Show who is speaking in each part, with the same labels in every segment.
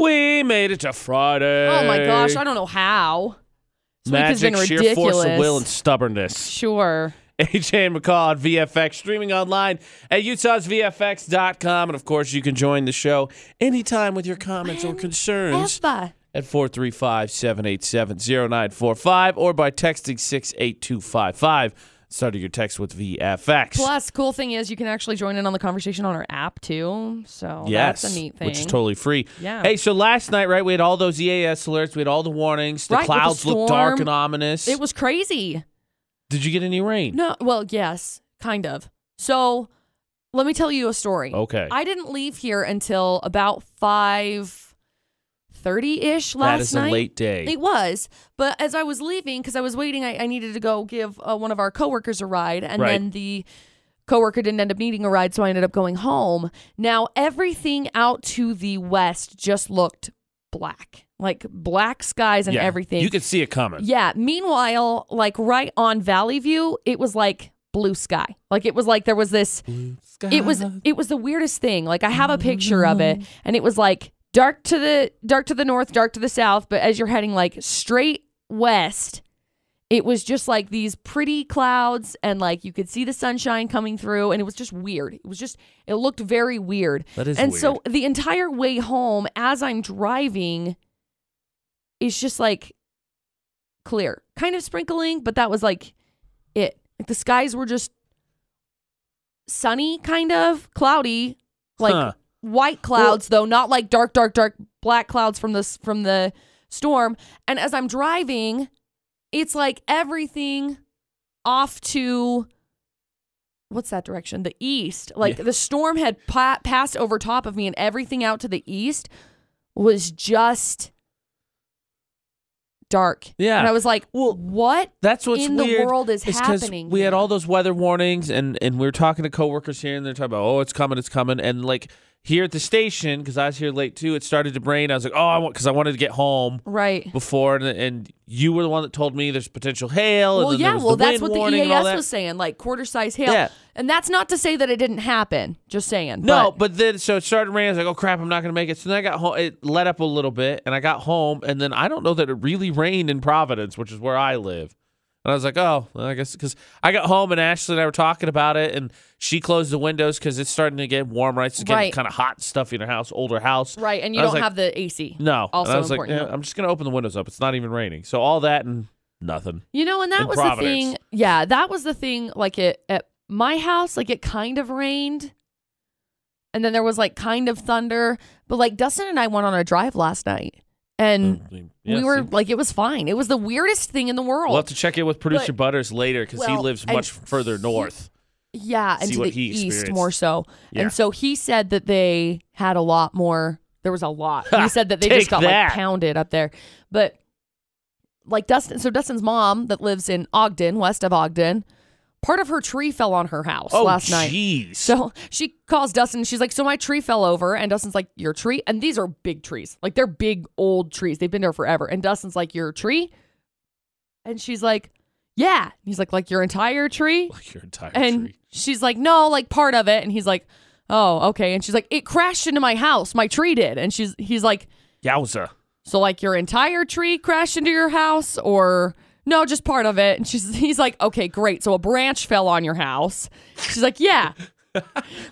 Speaker 1: We made it to Friday.
Speaker 2: Oh my gosh, I don't know how. This week has
Speaker 1: Magic,
Speaker 2: been
Speaker 1: sheer force of
Speaker 2: ridiculous.
Speaker 1: will, and stubbornness.
Speaker 2: Sure.
Speaker 1: AJ and McCall at VFX, streaming online at utahsvfx.com. And of course, you can join the show anytime with your comments or concerns
Speaker 2: Eva.
Speaker 1: at 435-787-0945 or by texting 68255. Starting your text with VFX.
Speaker 2: Plus, cool thing is you can actually join in on the conversation on our app too. So
Speaker 1: Yes,
Speaker 2: oh, that's a neat thing.
Speaker 1: which is totally free.
Speaker 2: Yeah.
Speaker 1: Hey, so last night, right? We had all those EAS alerts. We had all the warnings. The
Speaker 2: Right, with the
Speaker 1: clouds looked dark
Speaker 2: storm.
Speaker 1: and ominous.
Speaker 2: it was crazy.
Speaker 1: Did you get any rain?
Speaker 2: No, well, yes, kind of. So let me tell you a story.
Speaker 1: Okay.
Speaker 2: I didn't leave here until about five thirty ish last
Speaker 1: that is
Speaker 2: night.
Speaker 1: a late day.
Speaker 2: It was, but as I was leaving, because I was waiting, I, I needed to go give uh, one of our coworkers a ride, and
Speaker 1: Right.
Speaker 2: then the coworker didn't end up needing a ride, so I ended up going home. Now everything out to the west just looked black, like black skies and
Speaker 1: Yeah.
Speaker 2: everything.
Speaker 1: You could see it coming.
Speaker 2: yeah. Meanwhile, like right on Valley View, it was like blue sky. Like it was like there was this it was it was the weirdest thing like i have a picture of it and it was like dark to the dark to the north dark to the south but as you're heading like straight west it was just like these pretty clouds and like you could see the sunshine coming through and it was just weird it was just it looked very weird
Speaker 1: That is
Speaker 2: and so
Speaker 1: weird.
Speaker 2: the entire way home as i'm driving is just like clear kind of sprinkling but that was like it like the skies were just sunny kind of cloudy like
Speaker 1: Huh.
Speaker 2: white clouds though not like dark dark dark black clouds from this from the storm and as i'm driving it's like everything off to what's that direction the east like
Speaker 1: Yeah.
Speaker 2: the storm had pa- passed over top of me and everything out to the east was just dark
Speaker 1: Yeah.
Speaker 2: and i was like well what
Speaker 1: That's what's
Speaker 2: in the
Speaker 1: weird.
Speaker 2: world is
Speaker 1: 'cause
Speaker 2: happening
Speaker 1: We had
Speaker 2: here.
Speaker 1: all those weather warnings, and and we were talking to coworkers here, and they're talking about, oh, it's coming, it's coming, and like here at the station, because I was here late too. It started to rain. I was like, oh, I want because I wanted to get home
Speaker 2: right
Speaker 1: before, and and you were the one that told me there's potential hail. and
Speaker 2: Well,
Speaker 1: then
Speaker 2: yeah,
Speaker 1: there was
Speaker 2: well,
Speaker 1: the
Speaker 2: that's
Speaker 1: wind
Speaker 2: what the
Speaker 1: warning and all
Speaker 2: EAS
Speaker 1: that.
Speaker 2: was saying, like quarter size hail.
Speaker 1: Yeah.
Speaker 2: And that's not to say that it didn't happen. Just saying.
Speaker 1: No, but,
Speaker 2: but-
Speaker 1: then so it started raining. I was like, "Oh crap, I'm not gonna make it." So then I got home. It let up a little bit, and I got home, and then I don't know that it really rained in Providence, which is where I live. And I was like, "Oh, well, I guess," because I got home and Ashley and I were talking about it, and she closed the windows because it's starting to get warm. Right, it's getting
Speaker 2: Right.
Speaker 1: kind of hot and stuffy in her house, older house.
Speaker 2: right, and you
Speaker 1: I was
Speaker 2: don't
Speaker 1: like-
Speaker 2: have the AC.
Speaker 1: No,
Speaker 2: Also
Speaker 1: and I was
Speaker 2: important.
Speaker 1: like, "Yeah, "I'm just gonna open the windows up. It's not even raining." So all that and nothing.
Speaker 2: You know, and that
Speaker 1: In
Speaker 2: was the
Speaker 1: Providence.
Speaker 2: thing. Yeah, that was the thing. Like it at my house, like it kind of rained, and then there was like kind of thunder. But like Dustin and I went on a drive last night, and
Speaker 1: Mm, Yeah,
Speaker 2: Mm. we were
Speaker 1: see.
Speaker 2: like, it was fine. It was the weirdest thing in the world.
Speaker 1: We'll have to check in with producer
Speaker 2: But-
Speaker 1: Butters later because he
Speaker 2: well,
Speaker 1: lives
Speaker 2: and
Speaker 1: much further
Speaker 2: he-
Speaker 1: north.
Speaker 2: Yeah, and
Speaker 1: see
Speaker 2: to
Speaker 1: what
Speaker 2: the
Speaker 1: he
Speaker 2: east
Speaker 1: experienced.
Speaker 2: more so.
Speaker 1: Yeah.
Speaker 2: And so he said that they had a lot more. There was a lot. He said that they
Speaker 1: Take
Speaker 2: just got
Speaker 1: that.
Speaker 2: like pounded up there. But like Dustin, so Dustin's mom that lives in Ogden, west of Ogden, part of her tree fell on her house
Speaker 1: oh,
Speaker 2: last night.
Speaker 1: jeez.
Speaker 2: So she calls Dustin. She's like, "So my tree fell over," and Dustin's like, "Your tree?" And these are big trees, like they're big old trees. They've been there forever. And Dustin's like, "Your tree?" And she's like, "Yeah." And he's like, "Like your entire tree?"
Speaker 1: like your entire
Speaker 2: And
Speaker 1: tree.
Speaker 2: she's like, no, like part of it. And he's like, oh, okay. And she's like, it crashed into my house. My tree did. And she's he's like,
Speaker 1: Yowza.
Speaker 2: so like your entire tree crashed into your house or no, just part of it. And she's he's like, okay, great. So a branch fell on your house. She's like, yeah.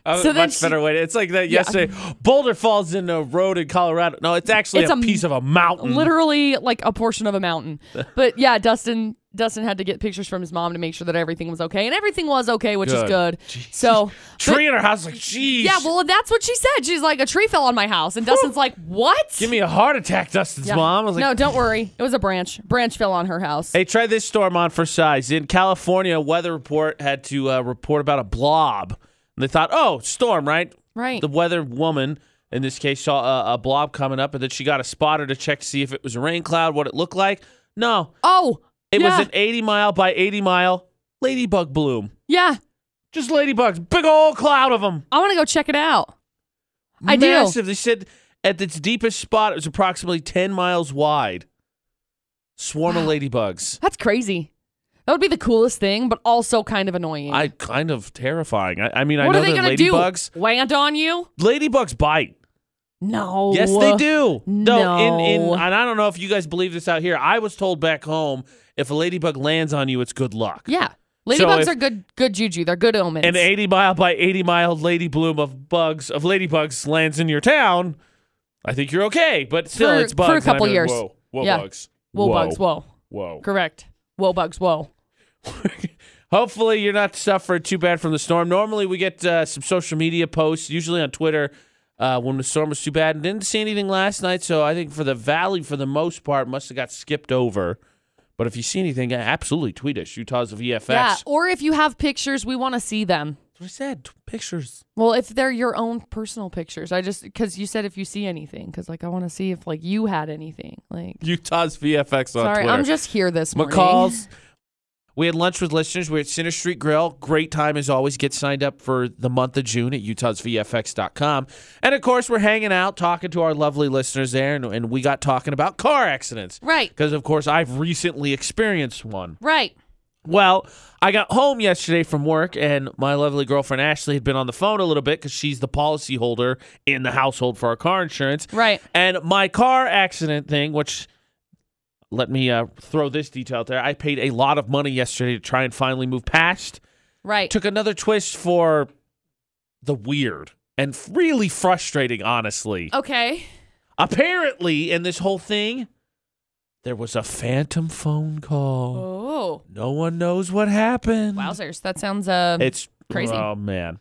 Speaker 1: Oh,
Speaker 2: So then
Speaker 1: much
Speaker 2: she-
Speaker 1: better way. It's like that yesterday. Boulder falls in a road in Colorado. No, it's actually
Speaker 2: It's
Speaker 1: a,
Speaker 2: a m-
Speaker 1: piece of a mountain.
Speaker 2: literally like a portion of a mountain. But yeah, Dustin Dustin had to get pictures from his mom to make sure that everything was okay. And everything was okay, which
Speaker 1: Good.
Speaker 2: is good. So
Speaker 1: Tree in her house. Like, jeez.
Speaker 2: yeah, well, that's what she said. She's like, a tree fell on my house. And Dustin's like, what?
Speaker 1: give me a heart attack, Dustin's
Speaker 2: Yeah.
Speaker 1: mom. I was like,
Speaker 2: no, don't worry. It was a branch. Branch fell on her house.
Speaker 1: Hey, try this storm on for size. In California, a weather report had to uh, report about a blob. And they thought, oh, storm, right?
Speaker 2: Right.
Speaker 1: The weather woman, in this case, saw a, a blob coming up, and then she got a spotter to check to see if it was a rain cloud, what it looked like. No,
Speaker 2: oh,
Speaker 1: it
Speaker 2: yeah,
Speaker 1: was an 80 mile by 80 mile ladybug bloom.
Speaker 2: yeah.
Speaker 1: Just ladybugs, big old cloud of them.
Speaker 2: I want to go check it out. I do.
Speaker 1: Massive. They said at its deepest spot, it was approximately 10 miles wide. Swarm of ladybugs.
Speaker 2: That's crazy. That would be the coolest thing, but also kind of annoying.
Speaker 1: I kind of terrifying. I, I mean,
Speaker 2: what
Speaker 1: I
Speaker 2: are
Speaker 1: know
Speaker 2: they
Speaker 1: that
Speaker 2: gonna
Speaker 1: ladybugs,
Speaker 2: do? Land on you?
Speaker 1: ladybugs bite.
Speaker 2: No.
Speaker 1: Yes, they do. in, in,
Speaker 2: No.
Speaker 1: and I don't know if you guys believe this out here. I was told back home if a ladybug lands on you, it's good luck.
Speaker 2: Yeah. Ladybugs
Speaker 1: if-
Speaker 2: are good good juju. They're good omens.
Speaker 1: An 80 mile by 80 mile lady bloom of bugs of ladybugs lands in your town. I think you're okay, but still,
Speaker 2: For-
Speaker 1: it's
Speaker 2: for
Speaker 1: bugs.
Speaker 2: a
Speaker 1: and I'd
Speaker 2: couple
Speaker 1: be like,
Speaker 2: years.
Speaker 1: Whoa, whoa,
Speaker 2: Yeah.
Speaker 1: bugs.
Speaker 2: whoa, bugs, whoa.
Speaker 1: Whoa.
Speaker 2: Correct. Whoa, bugs, whoa.
Speaker 1: Hopefully, you're not suffering too bad from the storm. Normally, we get uh, some social media posts, usually on Twitter, uh, when the storm was too bad. And didn't see anything last night, so I think for the valley, for the most part, must have got skipped over. But if you see anything, uh, absolutely tweet us. Utah's of EFX.
Speaker 2: Yeah. Or if you have pictures, we want to see them.
Speaker 1: That's what I said. T- Pictures.
Speaker 2: Well, if they're your own personal pictures, I just because you said if you see anything, because like I want to see if like you had anything. Like,
Speaker 1: Utah's VFX on
Speaker 2: sorry,
Speaker 1: Twitter.
Speaker 2: I'm just here this morning.
Speaker 1: McCall's. We had lunch with listeners. We are at Center Street Grill. Great time as always. Get signed up for the month of June at utahsvfx.com. And of course, we're hanging out, talking to our lovely listeners there, and, and we got talking about car accidents.
Speaker 2: Right.
Speaker 1: Because, of course, I've recently experienced one.
Speaker 2: Right.
Speaker 1: Well, I got home yesterday from work, and my lovely girlfriend Ashley had been on the phone a little bit because she's the policy holder in the household for our car insurance.
Speaker 2: Right.
Speaker 1: And my car accident thing, which let me uh, throw this detail out there, I paid a lot of money yesterday to try and finally move past.
Speaker 2: Right.
Speaker 1: Took another twist for the weird and f- really frustrating, honestly.
Speaker 2: Okay.
Speaker 1: Apparently, in this whole thing, there was a phantom phone call.
Speaker 2: Oh.
Speaker 1: No one knows what happened.
Speaker 2: Wowzers. That sounds uh
Speaker 1: It's
Speaker 2: Crazy.
Speaker 1: Oh man.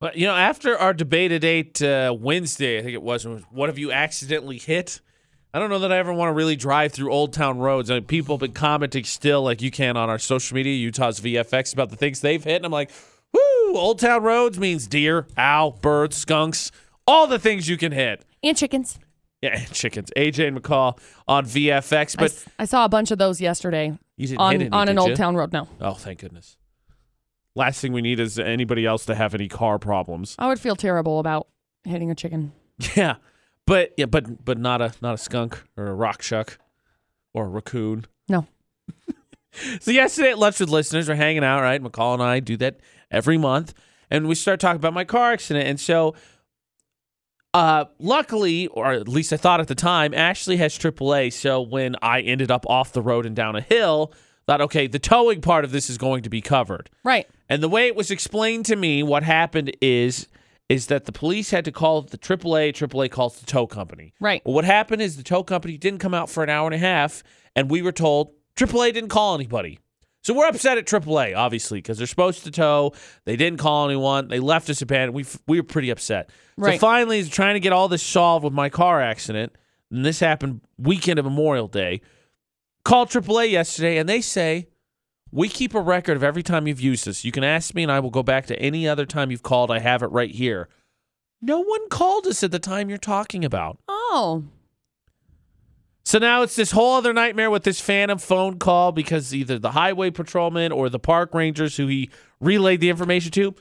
Speaker 1: But you know, after our debate at eight uh, Wednesday, I think it was, was, what have you accidentally hit? I don't know that I ever want to really drive through Old Town roads. I mean, people have been commenting still, like you can on our social media, Utah's VFX, about the things they've hit, and I'm like, woo! Old Town roads means deer, owl, birds, skunks, all the things you can hit.
Speaker 2: and chickens.
Speaker 1: Yeah, and chickens. AJ and McCall on VFX,
Speaker 2: I
Speaker 1: but
Speaker 2: s- I saw a bunch of those yesterday
Speaker 1: you didn't hit
Speaker 2: on
Speaker 1: any,
Speaker 2: on an
Speaker 1: did
Speaker 2: old
Speaker 1: you?
Speaker 2: town road. No,
Speaker 1: Oh, thank goodness. Last thing we need is anybody else to have any car problems.
Speaker 2: I would feel terrible about hitting a chicken.
Speaker 1: Yeah, but yeah, but but not a not a skunk or a rock chuck or a raccoon.
Speaker 2: No.
Speaker 1: So yesterday at lunch with listeners, we're hanging out, right? McCall and I do that every month, and we start talking about my car accident. And so, uh, luckily, or at least I thought at the time, Ashley has AAA. So when I ended up off the road and down a hill, thought, okay, the towing part of this is going to be covered.
Speaker 2: Right.
Speaker 1: And the way it was explained to me, what happened is is that the police had to call the AAA. AAA calls the tow company.
Speaker 2: Right.
Speaker 1: Well, what happened is the tow company didn't come out for an hour and a half, and we were told AAA didn't call anybody. So we're upset at AAA, obviously, because they're supposed to tow. They didn't call anyone. They left us abandoned. We f- we were pretty upset. So
Speaker 2: Right.
Speaker 1: finally, he's trying to get all this solved with my car accident, and this happened weekend of Memorial Day. Called AAA yesterday, and they say we keep a record of every time you've used this. You can ask me, and I will go back to any other time you've called. I have it right here. No one called us at the time you're talking about.
Speaker 2: Oh.
Speaker 1: So now it's this whole other nightmare with this phantom phone call because either the highway patrolman or the park rangers who he relayed the information to,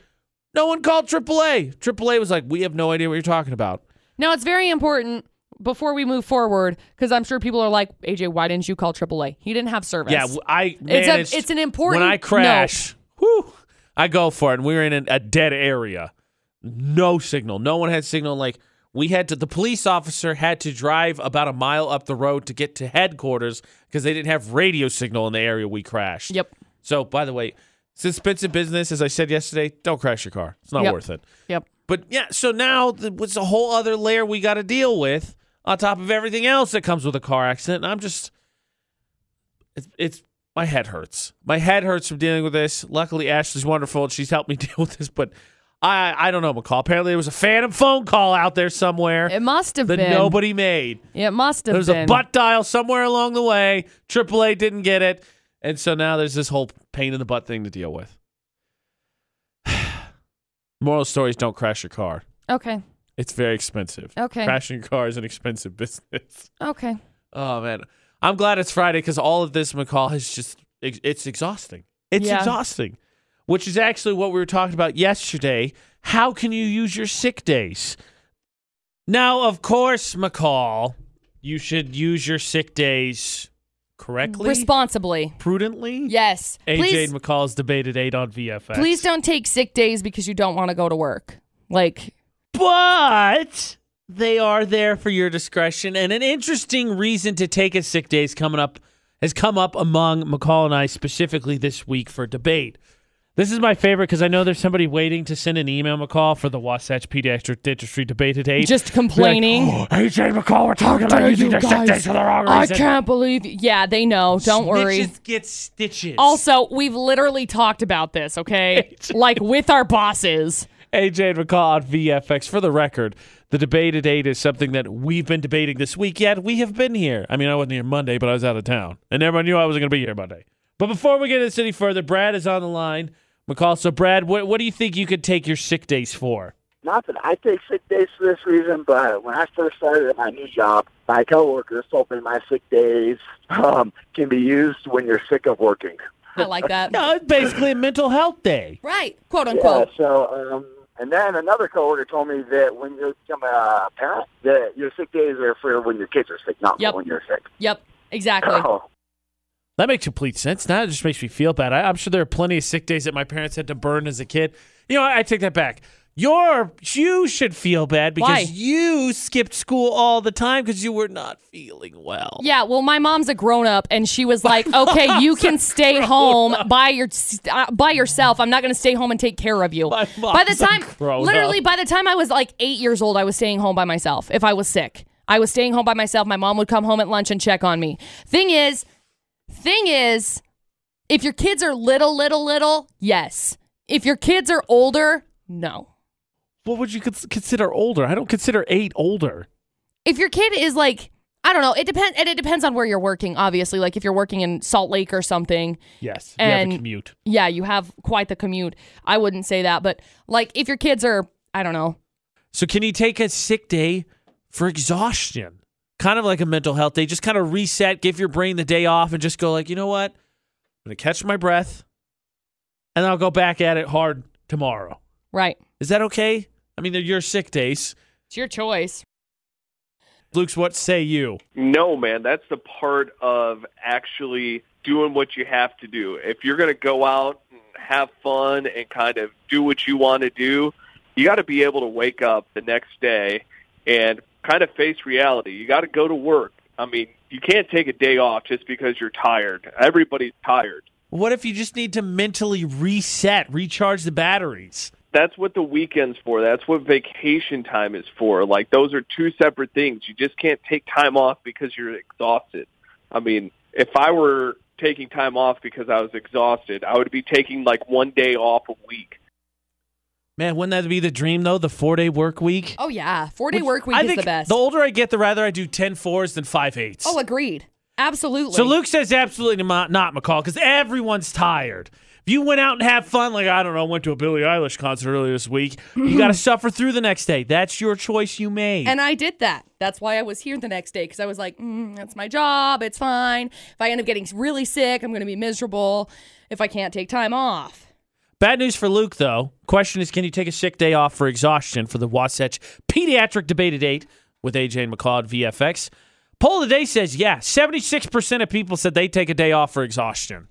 Speaker 1: no one called AAA. AAA was like, we have no idea what you're talking about.
Speaker 2: Now it's very important before we move forward because I'm sure people are like, AJ, why didn't you call AAA? He didn't have service.
Speaker 1: Yeah, w- I
Speaker 2: It's a-
Speaker 1: managed-
Speaker 2: it's an important-
Speaker 1: When I
Speaker 2: no.
Speaker 1: crash, whew, I go for it. And we were in an, a dead area, no signal. No one had signal. Like we had to. The police officer had to drive about a mile up the road to get to headquarters because they didn't have radio signal in the area we crashed.
Speaker 2: Yep.
Speaker 1: So by the way, suspensive business, as I said yesterday, don't crash your car. It's not
Speaker 2: Yep.
Speaker 1: worth it.
Speaker 2: Yep.
Speaker 1: But yeah, so now th- it's a whole other layer we got to deal with on top of everything else that comes with a car accident. And I'm just, it's, it's my head hurts. My head hurts from dealing with this. Luckily, Ashley's wonderful and she's helped me deal with this. But I, I don't know, McCall. Apparently, there was a phantom phone call out there somewhere
Speaker 2: It must have
Speaker 1: that
Speaker 2: been.
Speaker 1: nobody made.
Speaker 2: it must have
Speaker 1: There's
Speaker 2: been.
Speaker 1: a butt dial somewhere along the way. AAA didn't get it. And so now there's this whole pain in the butt thing to deal with. Moral stories don't crash your car.
Speaker 2: Okay.
Speaker 1: It's very expensive.
Speaker 2: Okay.
Speaker 1: Crashing your car is an expensive business.
Speaker 2: Okay.
Speaker 1: Oh man, I'm glad it's Friday because all of this McCall is just ex- it's exhausting. It's
Speaker 2: Yeah.
Speaker 1: exhausting, which is actually what we were talking about yesterday. How can you use your sick days? Now, of course, McCall, you should use your sick days correctly,
Speaker 2: Responsibly.
Speaker 1: prudently.
Speaker 2: Yes.
Speaker 1: AJ
Speaker 2: please,
Speaker 1: and McCall's debated eight on VFX.
Speaker 2: please don't take sick days because you don't want to go to work. Like,
Speaker 1: But They are there for your discretion. And an interesting reason to take a sick day is coming up has come up among McCall and I specifically this week for debate. This is my favorite because I know there's somebody waiting to send an email McCall for the Wasatch Pediatric Dentistry debate at eight.
Speaker 2: Just
Speaker 1: Be like,
Speaker 2: complaining.
Speaker 1: "Oh, AJ McCall, we're talking about using their sick days for the wrong
Speaker 2: I
Speaker 1: reason.
Speaker 2: can't believe. Yeah, they know. Don't worry.
Speaker 1: Snitches get stitches.
Speaker 2: Also, we've literally talked about this, okay? like with our bosses.
Speaker 1: AJ and McCall on VFX. For the record, the debate at eight is something that we've been debating this week, yet we have been here. I mean, I wasn't here Monday, but I was out of town, and everyone knew I wasn't going to be here Monday. But before we get into this any further, Brad is on the line. McCall, so Brad, what, what do you think you could take your sick days for?
Speaker 3: Nothing. I take sick days for this reason, but when I first started at my new job, my coworkers told me my sick days um, can be used when you're sick of working.
Speaker 2: I like that.
Speaker 1: No, it's basically a mental health day.
Speaker 2: Right. Quote unquote.
Speaker 3: Yeah, so, um, and then another coworker told me that when you become a parent, that your sick days are for when your kids are sick, not
Speaker 2: Yep.
Speaker 3: for when you're sick.
Speaker 2: Yep. Exactly.
Speaker 3: So,
Speaker 1: That makes complete sense. Now it just makes me feel bad. I, I'm sure there are plenty of sick days that my parents had to burn as a kid. You know, I, I take that back. Your you should feel bad because
Speaker 2: Why?
Speaker 1: you skipped school all the time because you were not feeling well.
Speaker 2: Yeah, well, my mom's a grown up, and she was like, "Okay, you can stay home by your uh, by yourself. I'm not going to stay home and take care of you."
Speaker 1: My
Speaker 2: by the
Speaker 1: mom's a
Speaker 2: time,
Speaker 1: grown
Speaker 2: literally,
Speaker 1: up.
Speaker 2: by the time I was like eight years old, I was staying home by myself. If I was sick, I was staying home by myself. My mom would come home at lunch and check on me. Thing is, thing is, if your kids are little, little, little, yes. If your kids are older, no.
Speaker 1: What would you cons- consider older? I don't consider eight older.
Speaker 2: if your kid is like I don't know, it depends and it depends on where you're working, obviously. Like if you're working in Salt Lake or something,
Speaker 1: Yes, you have
Speaker 2: And-
Speaker 1: a commute.
Speaker 2: yeah, you have quite the commute. I wouldn't say that, but like if your kids are I don't know.
Speaker 1: So can you take a sick day for exhaustion? Kind of like a mental health day. Just kind of reset, give your brain the day off, and just go like, you know what? I'm gonna catch my breath, and I'll go back at it hard tomorrow.
Speaker 2: Right.
Speaker 1: Is that okay? I mean, they're your sick days.
Speaker 2: It's your choice.
Speaker 1: Luke's what say you?
Speaker 4: No, man, that's the part of actually doing what you have to do. If you're going to go out and have fun and kind of do what you want to do, you got to be able to wake up the next day and kind of face reality. You got to go to work. I mean, you can't take a day off just because you're tired. Everybody's tired.
Speaker 1: What if you just need to mentally reset, recharge the batteries?
Speaker 4: That's what the weekend's for. That's what vacation time is for. Like, those are two separate things. You just can't take time off because you're exhausted. I mean, if I were taking time off because I was exhausted, I would be taking like one day off a week.
Speaker 1: Man, wouldn't that be the dream though? The four day work week.
Speaker 2: Oh yeah. Four day
Speaker 1: Which
Speaker 2: work week
Speaker 1: I
Speaker 2: is
Speaker 1: think
Speaker 2: the best.
Speaker 1: The older I get, the rather I do 10 fours than 5 eights.
Speaker 2: oh agreed. Absolutely.
Speaker 1: so Luke says absolutely not, not McCall, because everyone's tired. If you went out and had fun, like, I don't know, went to a Billie Eilish concert earlier this week, you got to suffer through the next day. That's your choice you made.
Speaker 2: And I did that. That's why I was here the next day because I was like, mm, that's my job. It's fine. If I end up getting really sick, I'm going to be miserable if I can't take time off.
Speaker 1: Bad news for Luke, though. Question is, can you take a sick day off for exhaustion for the Wasatch Pediatric Debate at 8 with AJ and McCall at VFX? Poll of the day says, yeah, 76% of people said they take a day off for exhaustion.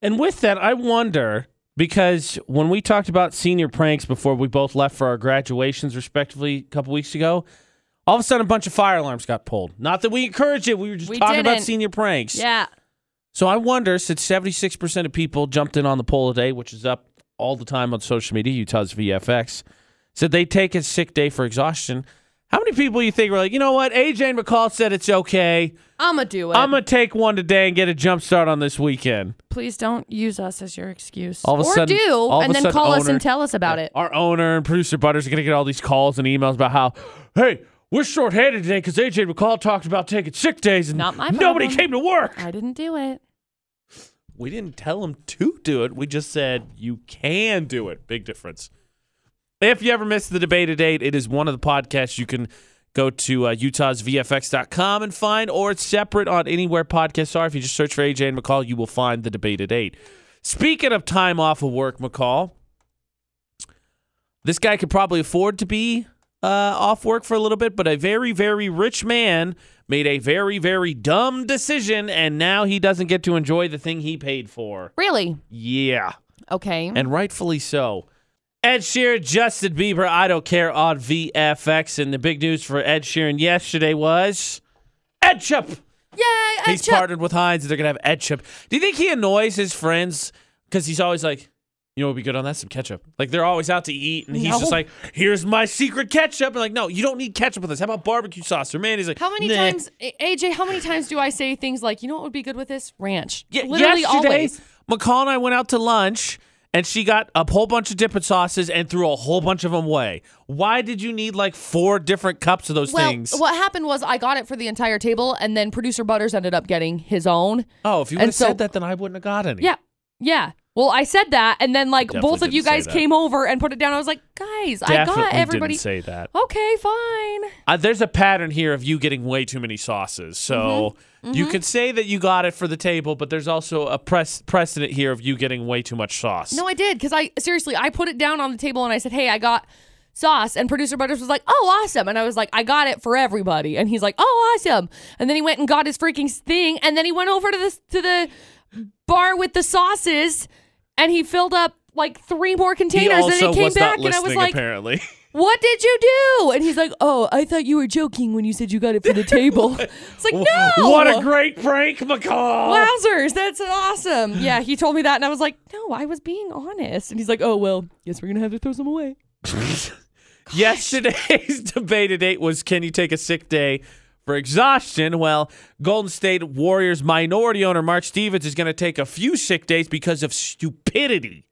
Speaker 1: And with that, I wonder, because when we talked about senior pranks before we both left for our graduations, respectively, a couple weeks ago, all of a sudden a bunch of fire alarms got pulled. Not that we encouraged it, we were just
Speaker 2: We
Speaker 1: talking about
Speaker 2: didn't.
Speaker 1: senior pranks.
Speaker 2: Yeah.
Speaker 1: So I wonder, since 76% of people jumped in on the poll today, which is up all the time on social media, Utah's VFX, said they take a sick day for exhaustion. How many people you think were like, you know what? AJ and McCall said it's okay.
Speaker 2: I'm going to do it.
Speaker 1: I'm going to take one today and get a jump start on this weekend.
Speaker 2: Please don't use us as your excuse.
Speaker 1: All of a
Speaker 2: or
Speaker 1: sudden-
Speaker 2: do,
Speaker 1: all of
Speaker 2: and
Speaker 1: a
Speaker 2: then
Speaker 1: sudden
Speaker 2: call us
Speaker 1: owner-
Speaker 2: and tell us about it.
Speaker 1: Our owner and producer Butters are going to get all these calls and emails about how, hey, we're shorthanded today because AJ and McCall talked about taking sick days and
Speaker 2: Not my
Speaker 1: nobody
Speaker 2: problem.
Speaker 1: came to work.
Speaker 2: I didn't do it.
Speaker 1: We didn't tell him to do it. We just said you can do it. Big difference. If you ever missed the debate at eight, it is one of the podcasts you can go to uh, utahsvfx.com and find, or it's separate on anywhere podcasts are. If you just search for AJ and McCall, you will find the debate at eight. Speaking of time off of work, McCall, this guy could probably afford to be uh, off work for a little bit, but a very, very rich man made a very, very dumb decision, and now he doesn't get to enjoy the thing he paid for.
Speaker 2: Really?
Speaker 1: Yeah,
Speaker 2: Okay.
Speaker 1: and rightfully so. Ed Sheeran, Justin Bieber, I don't care on VFX. And the big news for Ed Sheeran yesterday was Ed Chip.
Speaker 2: Yay, Ed
Speaker 1: He's
Speaker 2: Chip.
Speaker 1: partnered with Heinz. They're gonna have Ed Chip. Do you think he annoys his friends because he's always like, you know, what would be good on that some ketchup. Like they're always out to eat, and he's just
Speaker 2: No.
Speaker 1: like, here's my secret ketchup. And like, no, you don't need ketchup with this. How about barbecue sauce or mayonnaise? Like,
Speaker 2: How many
Speaker 1: "Nah."
Speaker 2: times, A- AJ? How many times do I say things like, "You know what would be good with this ranch"?
Speaker 1: Ye-
Speaker 2: literally
Speaker 1: yesterday,
Speaker 2: always.
Speaker 1: McCall and I went out to lunch, and she got a whole bunch of dipping sauces and threw a whole bunch of them away. Why did you need like four different cups of those
Speaker 2: Well,
Speaker 1: things?
Speaker 2: what happened was I got it for the entire table, and then producer Butters ended up getting his own.
Speaker 1: oh, if you
Speaker 2: and
Speaker 1: would have
Speaker 2: so-
Speaker 1: said that, then I wouldn't have got any.
Speaker 2: Yeah, yeah. Well, I said that, and then like
Speaker 1: Definitely
Speaker 2: both of you
Speaker 1: didn't say
Speaker 2: guys
Speaker 1: that.
Speaker 2: came over and put it down. I was like, guys,
Speaker 1: Definitely
Speaker 2: I got everybody.
Speaker 1: didn't say that.
Speaker 2: okay, fine.
Speaker 1: Uh, there's a pattern here of you getting way too many sauces. So
Speaker 2: Mm-hmm,
Speaker 1: you could say that you got it for the table, but there's also a press precedent here of you getting way too much sauce.
Speaker 2: No, I did because I seriously I put it down on the table and I said, "Hey, I got sauce." And producer Butters was like, "Oh, awesome!" And I was like, "I got it for everybody." And he's like, "Oh, awesome!" And then he went and got his freaking thing, and then he went over to the to the bar with the sauces, and he filled up like three more
Speaker 1: he
Speaker 2: containers.
Speaker 1: also
Speaker 2: And he came
Speaker 1: was not
Speaker 2: back,
Speaker 1: listening,
Speaker 2: and I was like,
Speaker 1: apparently.
Speaker 2: "What did you do?" And he's like, "Oh, I thought you were joking when you said you got it for the table." it's like, no,
Speaker 1: What a great prank, McCall!
Speaker 2: Wowzers, that's awesome. Yeah, he told me that, and I was like, no, I was being honest. And he's like, oh, well, guess we're going to have to throw some away.
Speaker 1: Yesterday's debate at eight was can you take a sick day for exhaustion? Well, Golden State Warriors minority owner Mark Stevens is going to take a few sick days because of stupidity.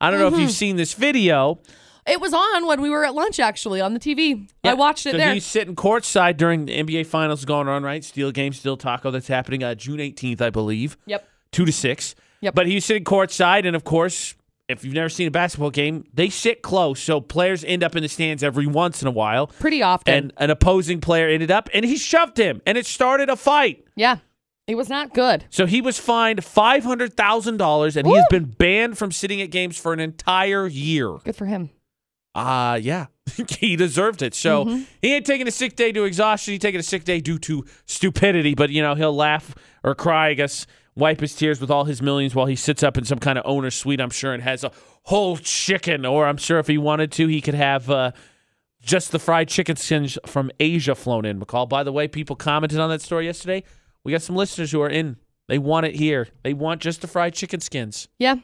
Speaker 1: I don't
Speaker 2: Mm-hmm.
Speaker 1: know if you've seen this video.
Speaker 2: It was on when we were at lunch, actually, on the TV. I
Speaker 1: Yeah.
Speaker 2: watched it
Speaker 1: so
Speaker 2: there.
Speaker 1: He's sitting courtside during the NBA Finals going on, right? Steel game, Steel Taco. That's happening uh, June 18th, I believe,
Speaker 2: Yep.
Speaker 1: two to six.
Speaker 2: Yep.
Speaker 1: But he's sitting courtside, and of course, if you've never seen a basketball game, they sit close, so players end up in the stands every once in a while.
Speaker 2: Pretty often.
Speaker 1: And an opposing player ended up, and he shoved him, and it started a fight.
Speaker 2: yeah. It was not good.
Speaker 1: So he was fined five hundred thousand dollars, and he has been banned from sitting at games for an entire year.
Speaker 2: Good for him.
Speaker 1: Uh yeah. he deserved it. So he ain't taking a sick day due to exhaustion. He taking a sick day due to stupidity, but you know, he'll laugh or cry, I guess, wipe his tears with all his millions while he sits up in some kind of owner's suite, I'm sure, and has a whole chicken. Or I'm sure if he wanted to, he could have uh just the fried chicken skins from Asia flown in, McCall. By the way, people commented on that story yesterday. We got some listeners who are in. They want it here. They want just the fried chicken skins.
Speaker 2: Yeah.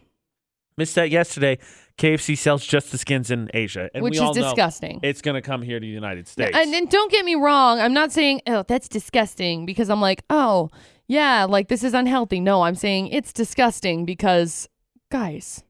Speaker 1: Missed that yesterday. KFC sells just the skins in Asia, and
Speaker 2: Which
Speaker 1: we
Speaker 2: is
Speaker 1: all know
Speaker 2: disgusting.
Speaker 1: it's going to come here to the United States.
Speaker 2: And, and don't get me wrong. I'm not saying, oh, that's disgusting because I'm like, oh, yeah, like this is unhealthy. No, I'm saying it's disgusting because, guys,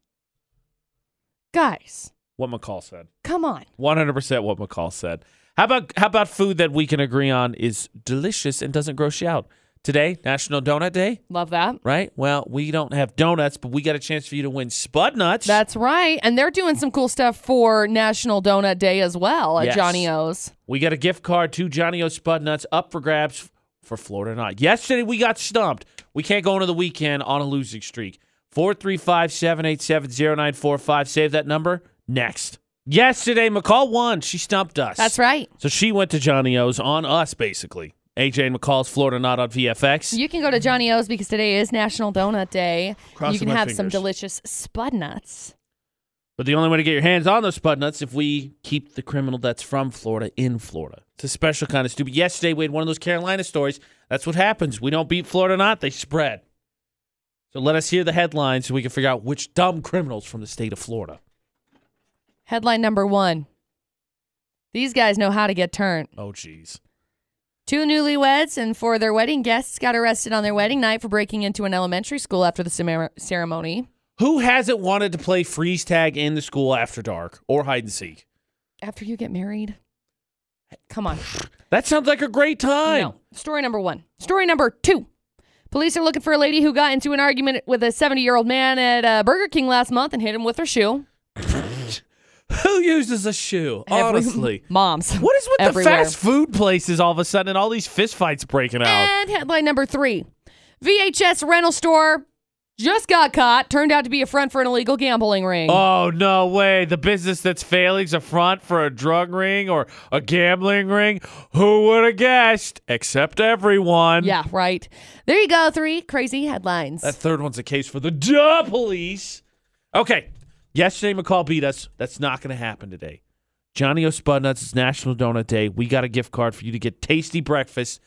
Speaker 2: guys,
Speaker 1: what McCall said,
Speaker 2: come on.
Speaker 1: one hundred percent. What McCall said. How about how about food that we can agree on is delicious and doesn't gross you out? Today, National Donut Day,
Speaker 2: Love that.
Speaker 1: right? Well, we don't have donuts, but we got a chance for you to win Spud Nuts.
Speaker 2: That's right. And they're doing some cool stuff for National Donut Day as well at
Speaker 1: Yes.
Speaker 2: Johnny O's.
Speaker 1: we got a gift card to Johnny O Spud Nuts up for grabs for Florida or not. Yesterday we got stumped. We can't go into the weekend on a losing streak. 435-787-0945. Save that number next. Yesterday, McCall won. She stumped us.
Speaker 2: That's right.
Speaker 1: So she went to Johnny O's on us, basically. AJ and McCall's Florida Not on VFX.
Speaker 2: You can go to Johnny O's because today is National Donut Day.
Speaker 1: Crossing
Speaker 2: you can
Speaker 1: my
Speaker 2: have some
Speaker 1: fingers.
Speaker 2: delicious spud nuts.
Speaker 1: But the only way to get your hands on those spud nuts if we keep the criminal that's from Florida in Florida. It's a special kind of stupid. Yesterday we had one of those Carolina stories. That's what happens. We don't beat Florida or not, they spread. So let us hear the headlines so we can figure out which dumb criminals from the state of Florida.
Speaker 2: Headline number one These guys know how to get turned.
Speaker 1: Oh jeez.
Speaker 2: Two newlyweds and four of their wedding guests got arrested on their wedding night for breaking into an elementary school after the cemer- ceremony.
Speaker 1: Who hasn't wanted to play freeze tag in the school after dark or hide and seek?
Speaker 2: After you get married? Come on.
Speaker 1: That sounds like a great time.
Speaker 2: No. Story number one. Story number two. Police are looking for a lady who got into an argument with a 70 year old man at uh, Burger King last month and hit him with her shoe.
Speaker 1: Who uses a shoe?
Speaker 2: Every-
Speaker 1: Honestly.
Speaker 2: moms.
Speaker 1: What is with
Speaker 2: Everywhere.
Speaker 1: the fast food places all of a sudden and all these fistfights breaking out?
Speaker 2: And headline number three VHS rental store just got caught. Turned out to be a front for an illegal gambling ring.
Speaker 1: Oh no way! The business that's failing's a front for a drug ring or a gambling ring. Who would have guessed? Except everyone.
Speaker 2: yeah, right. There you go. Three crazy headlines.
Speaker 1: That third one's a case for the duh police. Okay, Yesterday, McCall beat us. That's not going to happen today. Johnny O Spudnuts, it's National Donut Day. We got a gift card for you to get tasty breakfast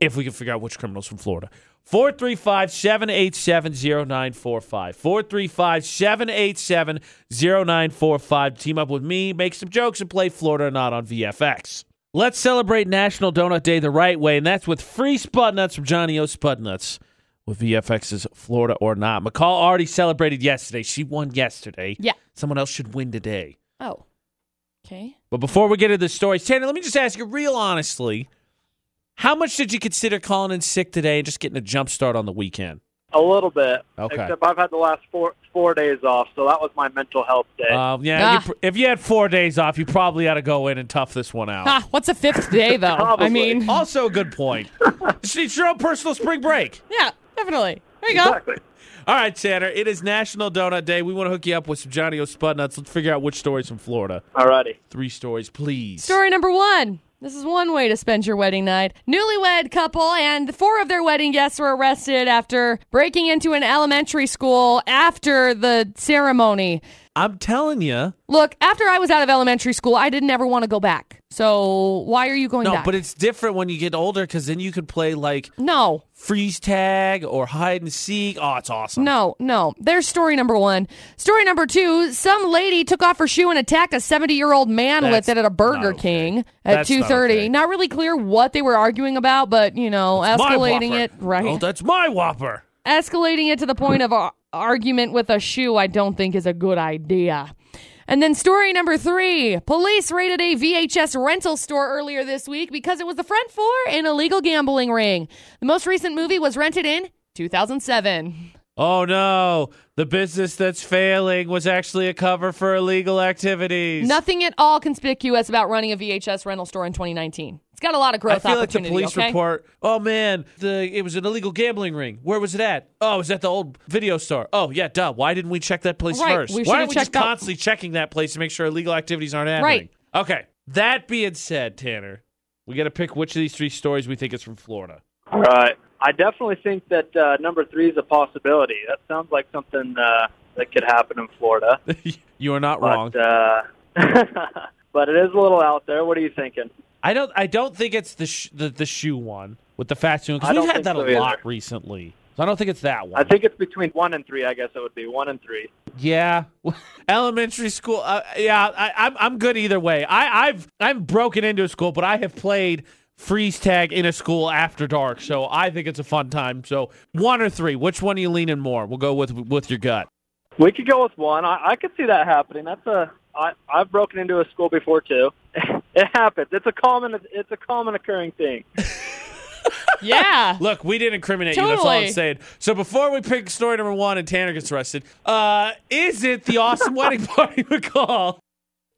Speaker 1: if we can figure out which criminals from Florida. 435 787 0945. 435 787 0945. Team up with me, make some jokes, and play Florida or Not on VFX. Let's celebrate National Donut Day the right way, and that's with free Spudnuts from Johnny O Spudnuts with VFX's Florida or Not. McCall already celebrated yesterday. She won yesterday.
Speaker 2: Yeah.
Speaker 1: Someone else should win today.
Speaker 2: Oh. Okay.
Speaker 1: But before we get into the story, Tanner, let me just ask you real honestly. How much did you consider calling in sick today and just getting a jump start on the weekend?
Speaker 5: A little bit.
Speaker 1: Okay.
Speaker 5: Except I've had the last four four days off, so that was my mental health day.
Speaker 1: Um, yeah, you
Speaker 2: Ah.
Speaker 1: pr- if you had four days off, you probably ought to go in and tough this one out.
Speaker 2: Ah, what's a fifth day though? I
Speaker 5: Probably.
Speaker 2: mean,
Speaker 1: also, a good point. Just- it's your own personal spring break.
Speaker 2: yeah, definitely. There you go.
Speaker 5: exactly.
Speaker 1: All right, Tanner, it is National Donut Day. We want to hook you up with some Johnny O. Spudnuts. Let's figure out which stories from Florida.
Speaker 5: Alrighty.
Speaker 1: Three stories, please.
Speaker 2: Story number one. This is one way to spend your wedding night. Newlywed couple and four of their wedding guests were arrested after breaking into an elementary school after the ceremony.
Speaker 1: I'm telling you.
Speaker 2: Look, after I was out of elementary school, I didn't ever want to go back. So why are you going
Speaker 1: No,
Speaker 2: back?
Speaker 1: but it's different when you get older because then you could play like
Speaker 2: no.
Speaker 1: freeze tag or hide and seek. Oh, it's awesome.
Speaker 2: No, no. There's story number one. Story number two: Some lady took off her shoe and attacked a 70 year old man
Speaker 1: That's
Speaker 2: with it at a Burger
Speaker 1: not okay.
Speaker 2: King at
Speaker 1: That's not
Speaker 2: 2:30. Not,
Speaker 1: okay.
Speaker 2: really clear what they were arguing about, but you know,
Speaker 1: My
Speaker 2: escalating
Speaker 1: Whopper.
Speaker 2: it right,
Speaker 1: Oh, that's my Whopper.
Speaker 2: escalating it to the point of a argument with a shoe. I don't think is a good idea. And then story number three: Police raided a VHS rental store earlier this week because it was the front for an illegal gambling ring. The most recent movie was rented in 2007.
Speaker 1: Oh no, the business that's failing was actually a cover for illegal activities.
Speaker 2: Nothing at all conspicuous about running a VHS rental store in 2019. It's got a lot of
Speaker 1: I
Speaker 2: growth
Speaker 1: feel like the
Speaker 2: opportunity.
Speaker 1: police
Speaker 2: okay?
Speaker 1: report. Oh man, the it was an illegal gambling ring. Where was it at? Oh, it was at the old video store. Oh yeah, duh. Why didn't we check that place
Speaker 2: Right,
Speaker 1: first?
Speaker 2: we
Speaker 1: Why
Speaker 2: should've
Speaker 1: aren't we just
Speaker 2: checked out-
Speaker 1: constantly checking that place to make sure illegal activities aren't happening? Right. Okay. That being said, Tanner, we got to pick which of these three stories we think is from Florida.
Speaker 5: Alright. I definitely think that uh, number three is a possibility. That sounds like something uh, that could happen in Florida.
Speaker 1: you are not wrong.
Speaker 5: But uh, but it is a little out there. What are you thinking?
Speaker 1: I don't. I don't think it's the sh- the, the shoe one with the fast shoe.
Speaker 5: I
Speaker 1: Because we've
Speaker 5: don't
Speaker 1: had
Speaker 5: think
Speaker 1: that
Speaker 5: so
Speaker 1: a
Speaker 5: either.
Speaker 1: lot recently. So I don't think it's that one.
Speaker 5: I think it's between one and three. I guess it would be one and three.
Speaker 1: Yeah, elementary school. Uh, yeah, I, I'm I'm good either way. I I've I'm broken into a school, but I have played freeze tag in a school after dark, so I think it's a fun time. So one or three, which one are you leaning more? We'll go with with your gut.
Speaker 5: We could go with one. I, I could see that happening. That's a. I, I've broken into a school before too. it happens. It's a common. It's a common occurring thing.
Speaker 2: yeah.
Speaker 1: Look, we didn't incriminate you. That's all I'm
Speaker 2: Totally.
Speaker 1: saying. So before we pick story number one and Tanner gets arrested, uh, is it the awesome wedding party McCall?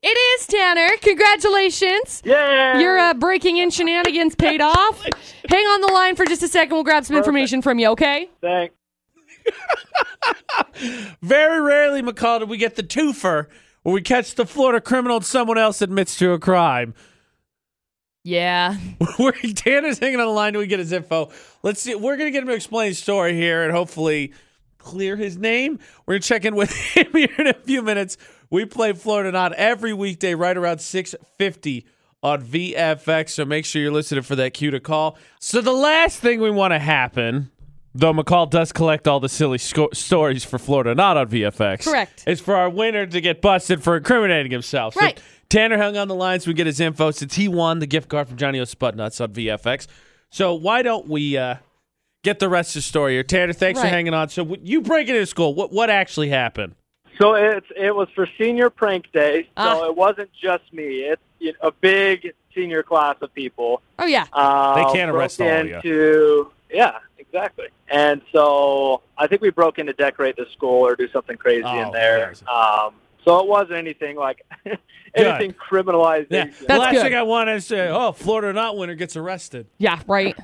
Speaker 2: It is, Tanner. Congratulations.
Speaker 5: Yeah.
Speaker 2: Your uh, breaking in shenanigans paid off. Hang on the line for just a second. We'll grab some information from you, okay?
Speaker 5: Thanks.
Speaker 1: Very rarely, McCall, do we get the twofer where we catch the Florida criminal and someone else admits to a crime.
Speaker 2: Yeah.
Speaker 1: We're, Tanner's hanging on the line. Do we get his info? Let's see. We're gonna get him to explain his story here and hopefully clear his name. We're gonna check in with him here in a few minutes. We play Florida Not every weekday right around six fifty on VFX. So make sure you're listening for that cue to call. So the last thing we want to happen. Though McCall does collect all the silly sco- stories for Florida, not on VFX.
Speaker 2: Correct.
Speaker 1: Is for our winner to get busted for incriminating himself. So
Speaker 2: Right.
Speaker 1: Tanner hung on the line so we get his info since he won the gift card from Johnny O. Spudnuts on VFX. So why don't we uh, get the rest of the story here? Tanner, thanks for
Speaker 2: Right.
Speaker 1: hanging on. So w- you break into school. What what actually happened?
Speaker 5: So it's it was for senior prank day. So
Speaker 2: Ah.
Speaker 5: it wasn't just me. It's you know, a big senior class of people.
Speaker 2: Oh, yeah.
Speaker 5: Um,
Speaker 1: They can't
Speaker 5: broke
Speaker 1: arrest all of you.
Speaker 5: into, Yeah, exactly. And so I think we broke in to decorate the school or do something crazy
Speaker 1: Oh,
Speaker 5: in there.
Speaker 1: yes.
Speaker 5: Um, so it wasn't anything like anything criminalized.
Speaker 1: Yeah.
Speaker 2: That's
Speaker 1: Last
Speaker 2: good.
Speaker 1: thing I want is say, oh, Florida not winner gets arrested.
Speaker 2: Yeah, right.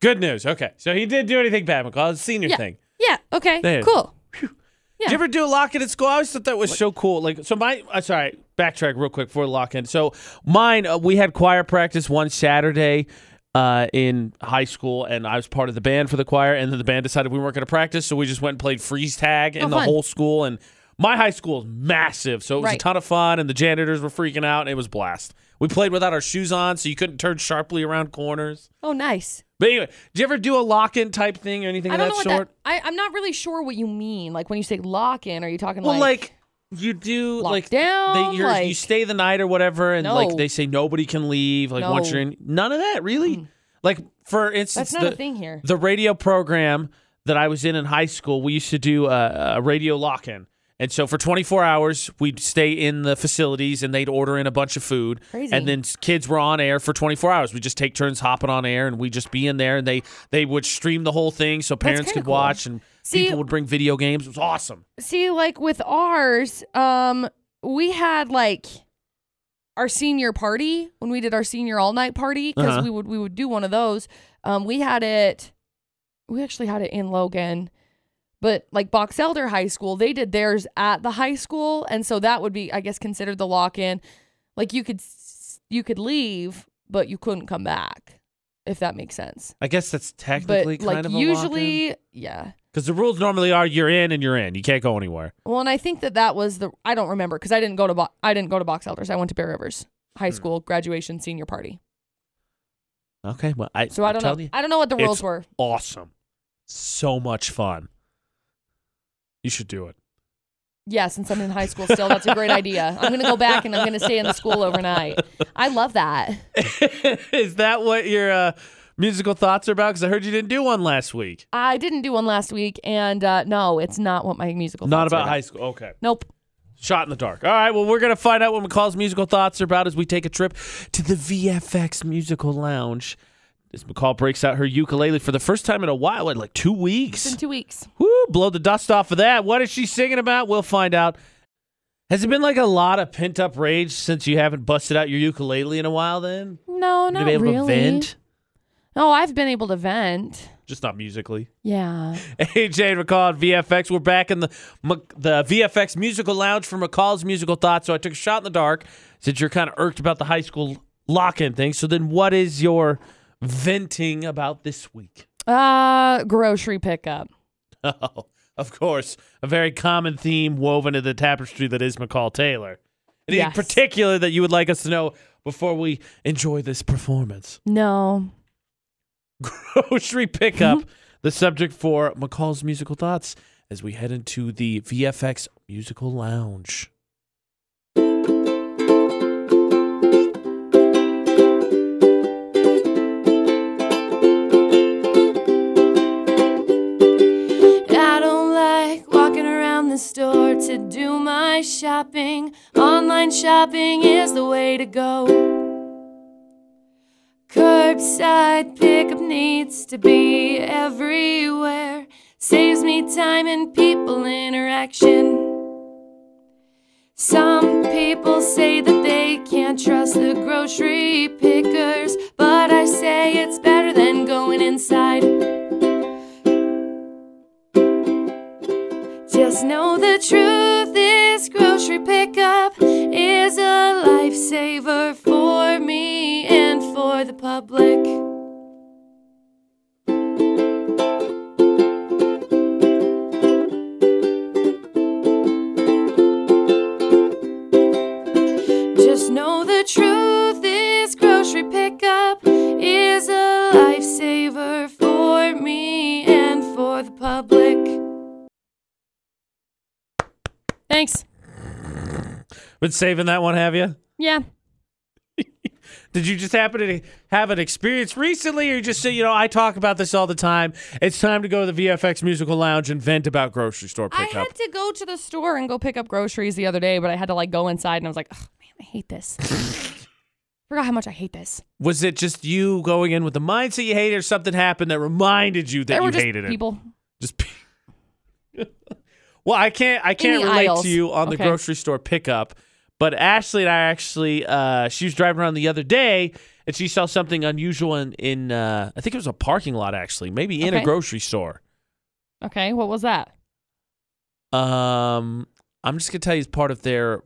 Speaker 1: Good news. Okay. So he didn't do anything bad, McCall. It's a senior
Speaker 2: Yeah.
Speaker 1: thing.
Speaker 2: Yeah, okay.
Speaker 1: There.
Speaker 2: Cool.
Speaker 1: Did you ever do a lock in at school? I always thought that was so cool. Like, so my, uh, sorry, backtrack real quick for lock in. So mine, uh, we had choir practice one Saturday uh, in high school, and I was part of the band for the choir. And then the band decided we weren't going to practice, so we just went and played freeze tag in
Speaker 2: Oh,
Speaker 1: the
Speaker 2: fun.
Speaker 1: whole school. And My high school is massive, so it was a
Speaker 2: Right.
Speaker 1: ton of fun, and the janitors were freaking out, and it was a blast. We played without our shoes on, so you couldn't turn sharply around corners.
Speaker 2: Oh, nice.
Speaker 1: But anyway, did you ever do a lock-in type thing or anything
Speaker 2: I
Speaker 1: of
Speaker 2: don't
Speaker 1: that
Speaker 2: know what
Speaker 1: sort?
Speaker 2: that. I, I'm not really sure what you mean. Like when you say lock in, are you talking
Speaker 1: well,
Speaker 2: like,
Speaker 1: like, you do
Speaker 2: locked
Speaker 1: like
Speaker 2: down,
Speaker 1: They, you're, you
Speaker 2: like-
Speaker 1: stay the night or whatever, and like
Speaker 2: No.
Speaker 1: they say nobody can leave. Like once
Speaker 2: No.
Speaker 1: you're in, none of that really. Like for instance,
Speaker 2: that's not
Speaker 1: the,
Speaker 2: a thing here?
Speaker 1: the radio program that I was in in high school, we used to do a, a radio lock in. And so for 24 hours, we'd stay in the facilities and they'd order in a bunch of food.
Speaker 2: Crazy.
Speaker 1: And then s- kids were on air for 24 hours. We just take turns hopping on air and we just be in there and they, they would stream the whole thing so parents
Speaker 2: kinda
Speaker 1: could
Speaker 2: cool.
Speaker 1: watch and
Speaker 2: See-
Speaker 1: people would bring video games. It was awesome.
Speaker 2: See, like with ours, um, we had like our senior party when we did our senior all night party because
Speaker 1: Uh-huh.
Speaker 2: we would we would do one of those. Um, we had it. We actually had it in Logan, but like Box Elder High School, they did theirs at the high school, and so that would be, I guess, considered the lock in. Like you could s- you could leave, but you couldn't come back, if that makes sense.
Speaker 1: I guess that's
Speaker 2: But
Speaker 1: technically kind
Speaker 2: like
Speaker 1: of
Speaker 2: usually, yeah.
Speaker 1: because the rules normally are you're in and you're in. You can't go anywhere.
Speaker 2: Well, and I think that that was the I don't remember because I didn't go to bo- I didn't go to Box Elders. I went to Bear Rivers High
Speaker 1: Hmm.
Speaker 2: School graduation senior party.
Speaker 1: Okay, well I
Speaker 2: So I don't know.
Speaker 1: You,
Speaker 2: I don't know what the rules
Speaker 1: it's
Speaker 2: were.
Speaker 1: awesome, so much fun. You should do it.
Speaker 2: Yeah, since I'm in high school still, that's a great idea. I'm gonna go back and I'm gonna stay in the school overnight. I love that.
Speaker 1: Is that what your uh, musical thoughts are about? Because I heard you didn't do one last week.
Speaker 2: I didn't do one last week, and uh, no, it's not what my musical.
Speaker 1: Not
Speaker 2: thoughts are
Speaker 1: about high school. Okay.
Speaker 2: Nope.
Speaker 1: Shot in the dark. All right. Well, we're going to find out what McCall's musical thoughts are about as we take a trip to the VFX Musical Lounge. As McCall breaks out her ukulele for the first time in a while, in like two
Speaker 2: It's
Speaker 1: weeks.
Speaker 2: in two weeks.
Speaker 1: Woo, blow the dust off of that. What is she singing about? We'll find out. Has it been like a lot of pent up rage since you haven't busted out your ukulele in a while then?
Speaker 2: No,
Speaker 1: Been
Speaker 2: not
Speaker 1: able
Speaker 2: really.
Speaker 1: to vent?
Speaker 2: Oh, I've been able to vent.
Speaker 1: Just not musically.
Speaker 2: Yeah.
Speaker 1: AJ and McCall at VFX. We're back in the Mc- the VFX musical lounge for McCall's musical thoughts. So I took a shot in the dark since you're kind of irked about the high school lock in thing. So then, what is your venting about this week?
Speaker 2: Uh, grocery pickup.
Speaker 1: Oh, of course, a very common theme woven into the tapestry that is McCall Taylor. Anything
Speaker 2: Yes.
Speaker 1: particular that you would like us to know before we enjoy this performance? Oh,
Speaker 2: No.
Speaker 1: grocery
Speaker 2: Mm-hmm.
Speaker 1: pickup, the subject for McCall's musical thoughts as we head into the VFX musical lounge.
Speaker 6: I don't like walking around the store to do my shopping. Online shopping is the way to go. Curbside pickup needs to be everywhere. Saves me time and people interaction. Some people say that they can't trust the grocery pickers, but I say it's better than going inside. Just know the truth is grocery pickup is a lifesaver for me and for the public. Just know the truth is grocery pickup is a lifesaver for me and for the public.
Speaker 2: Thanks.
Speaker 1: Been saving that one, have you?
Speaker 2: Yeah.
Speaker 1: Did you just happen to have an experience recently, or you just say, you know, I talk about this all the time. It's time to go to the VFX musical lounge and vent about grocery store
Speaker 2: I
Speaker 1: pickup.
Speaker 2: had to go to the store and go pick up groceries the other day, but I had to like go inside and I was like, oh, man, I hate this. Forgot how much I hate this.
Speaker 1: Was it just you going in with the mindset you hated, or something happened that reminded you that
Speaker 2: there
Speaker 1: you
Speaker 2: were just
Speaker 1: hated it?
Speaker 2: people.
Speaker 1: Just. pe- well, I can't. I can't
Speaker 2: the
Speaker 1: relate
Speaker 2: aisles.
Speaker 1: to you on the
Speaker 2: Okay.
Speaker 1: grocery store pickup, but Ashley and I actually. Uh, she was driving around the other day, and she saw something unusual in. in uh, I think it was a parking lot, actually, maybe in a
Speaker 2: Okay.
Speaker 1: grocery store.
Speaker 2: Okay, what was that?
Speaker 1: Um, I'm just gonna tell you, it's part of their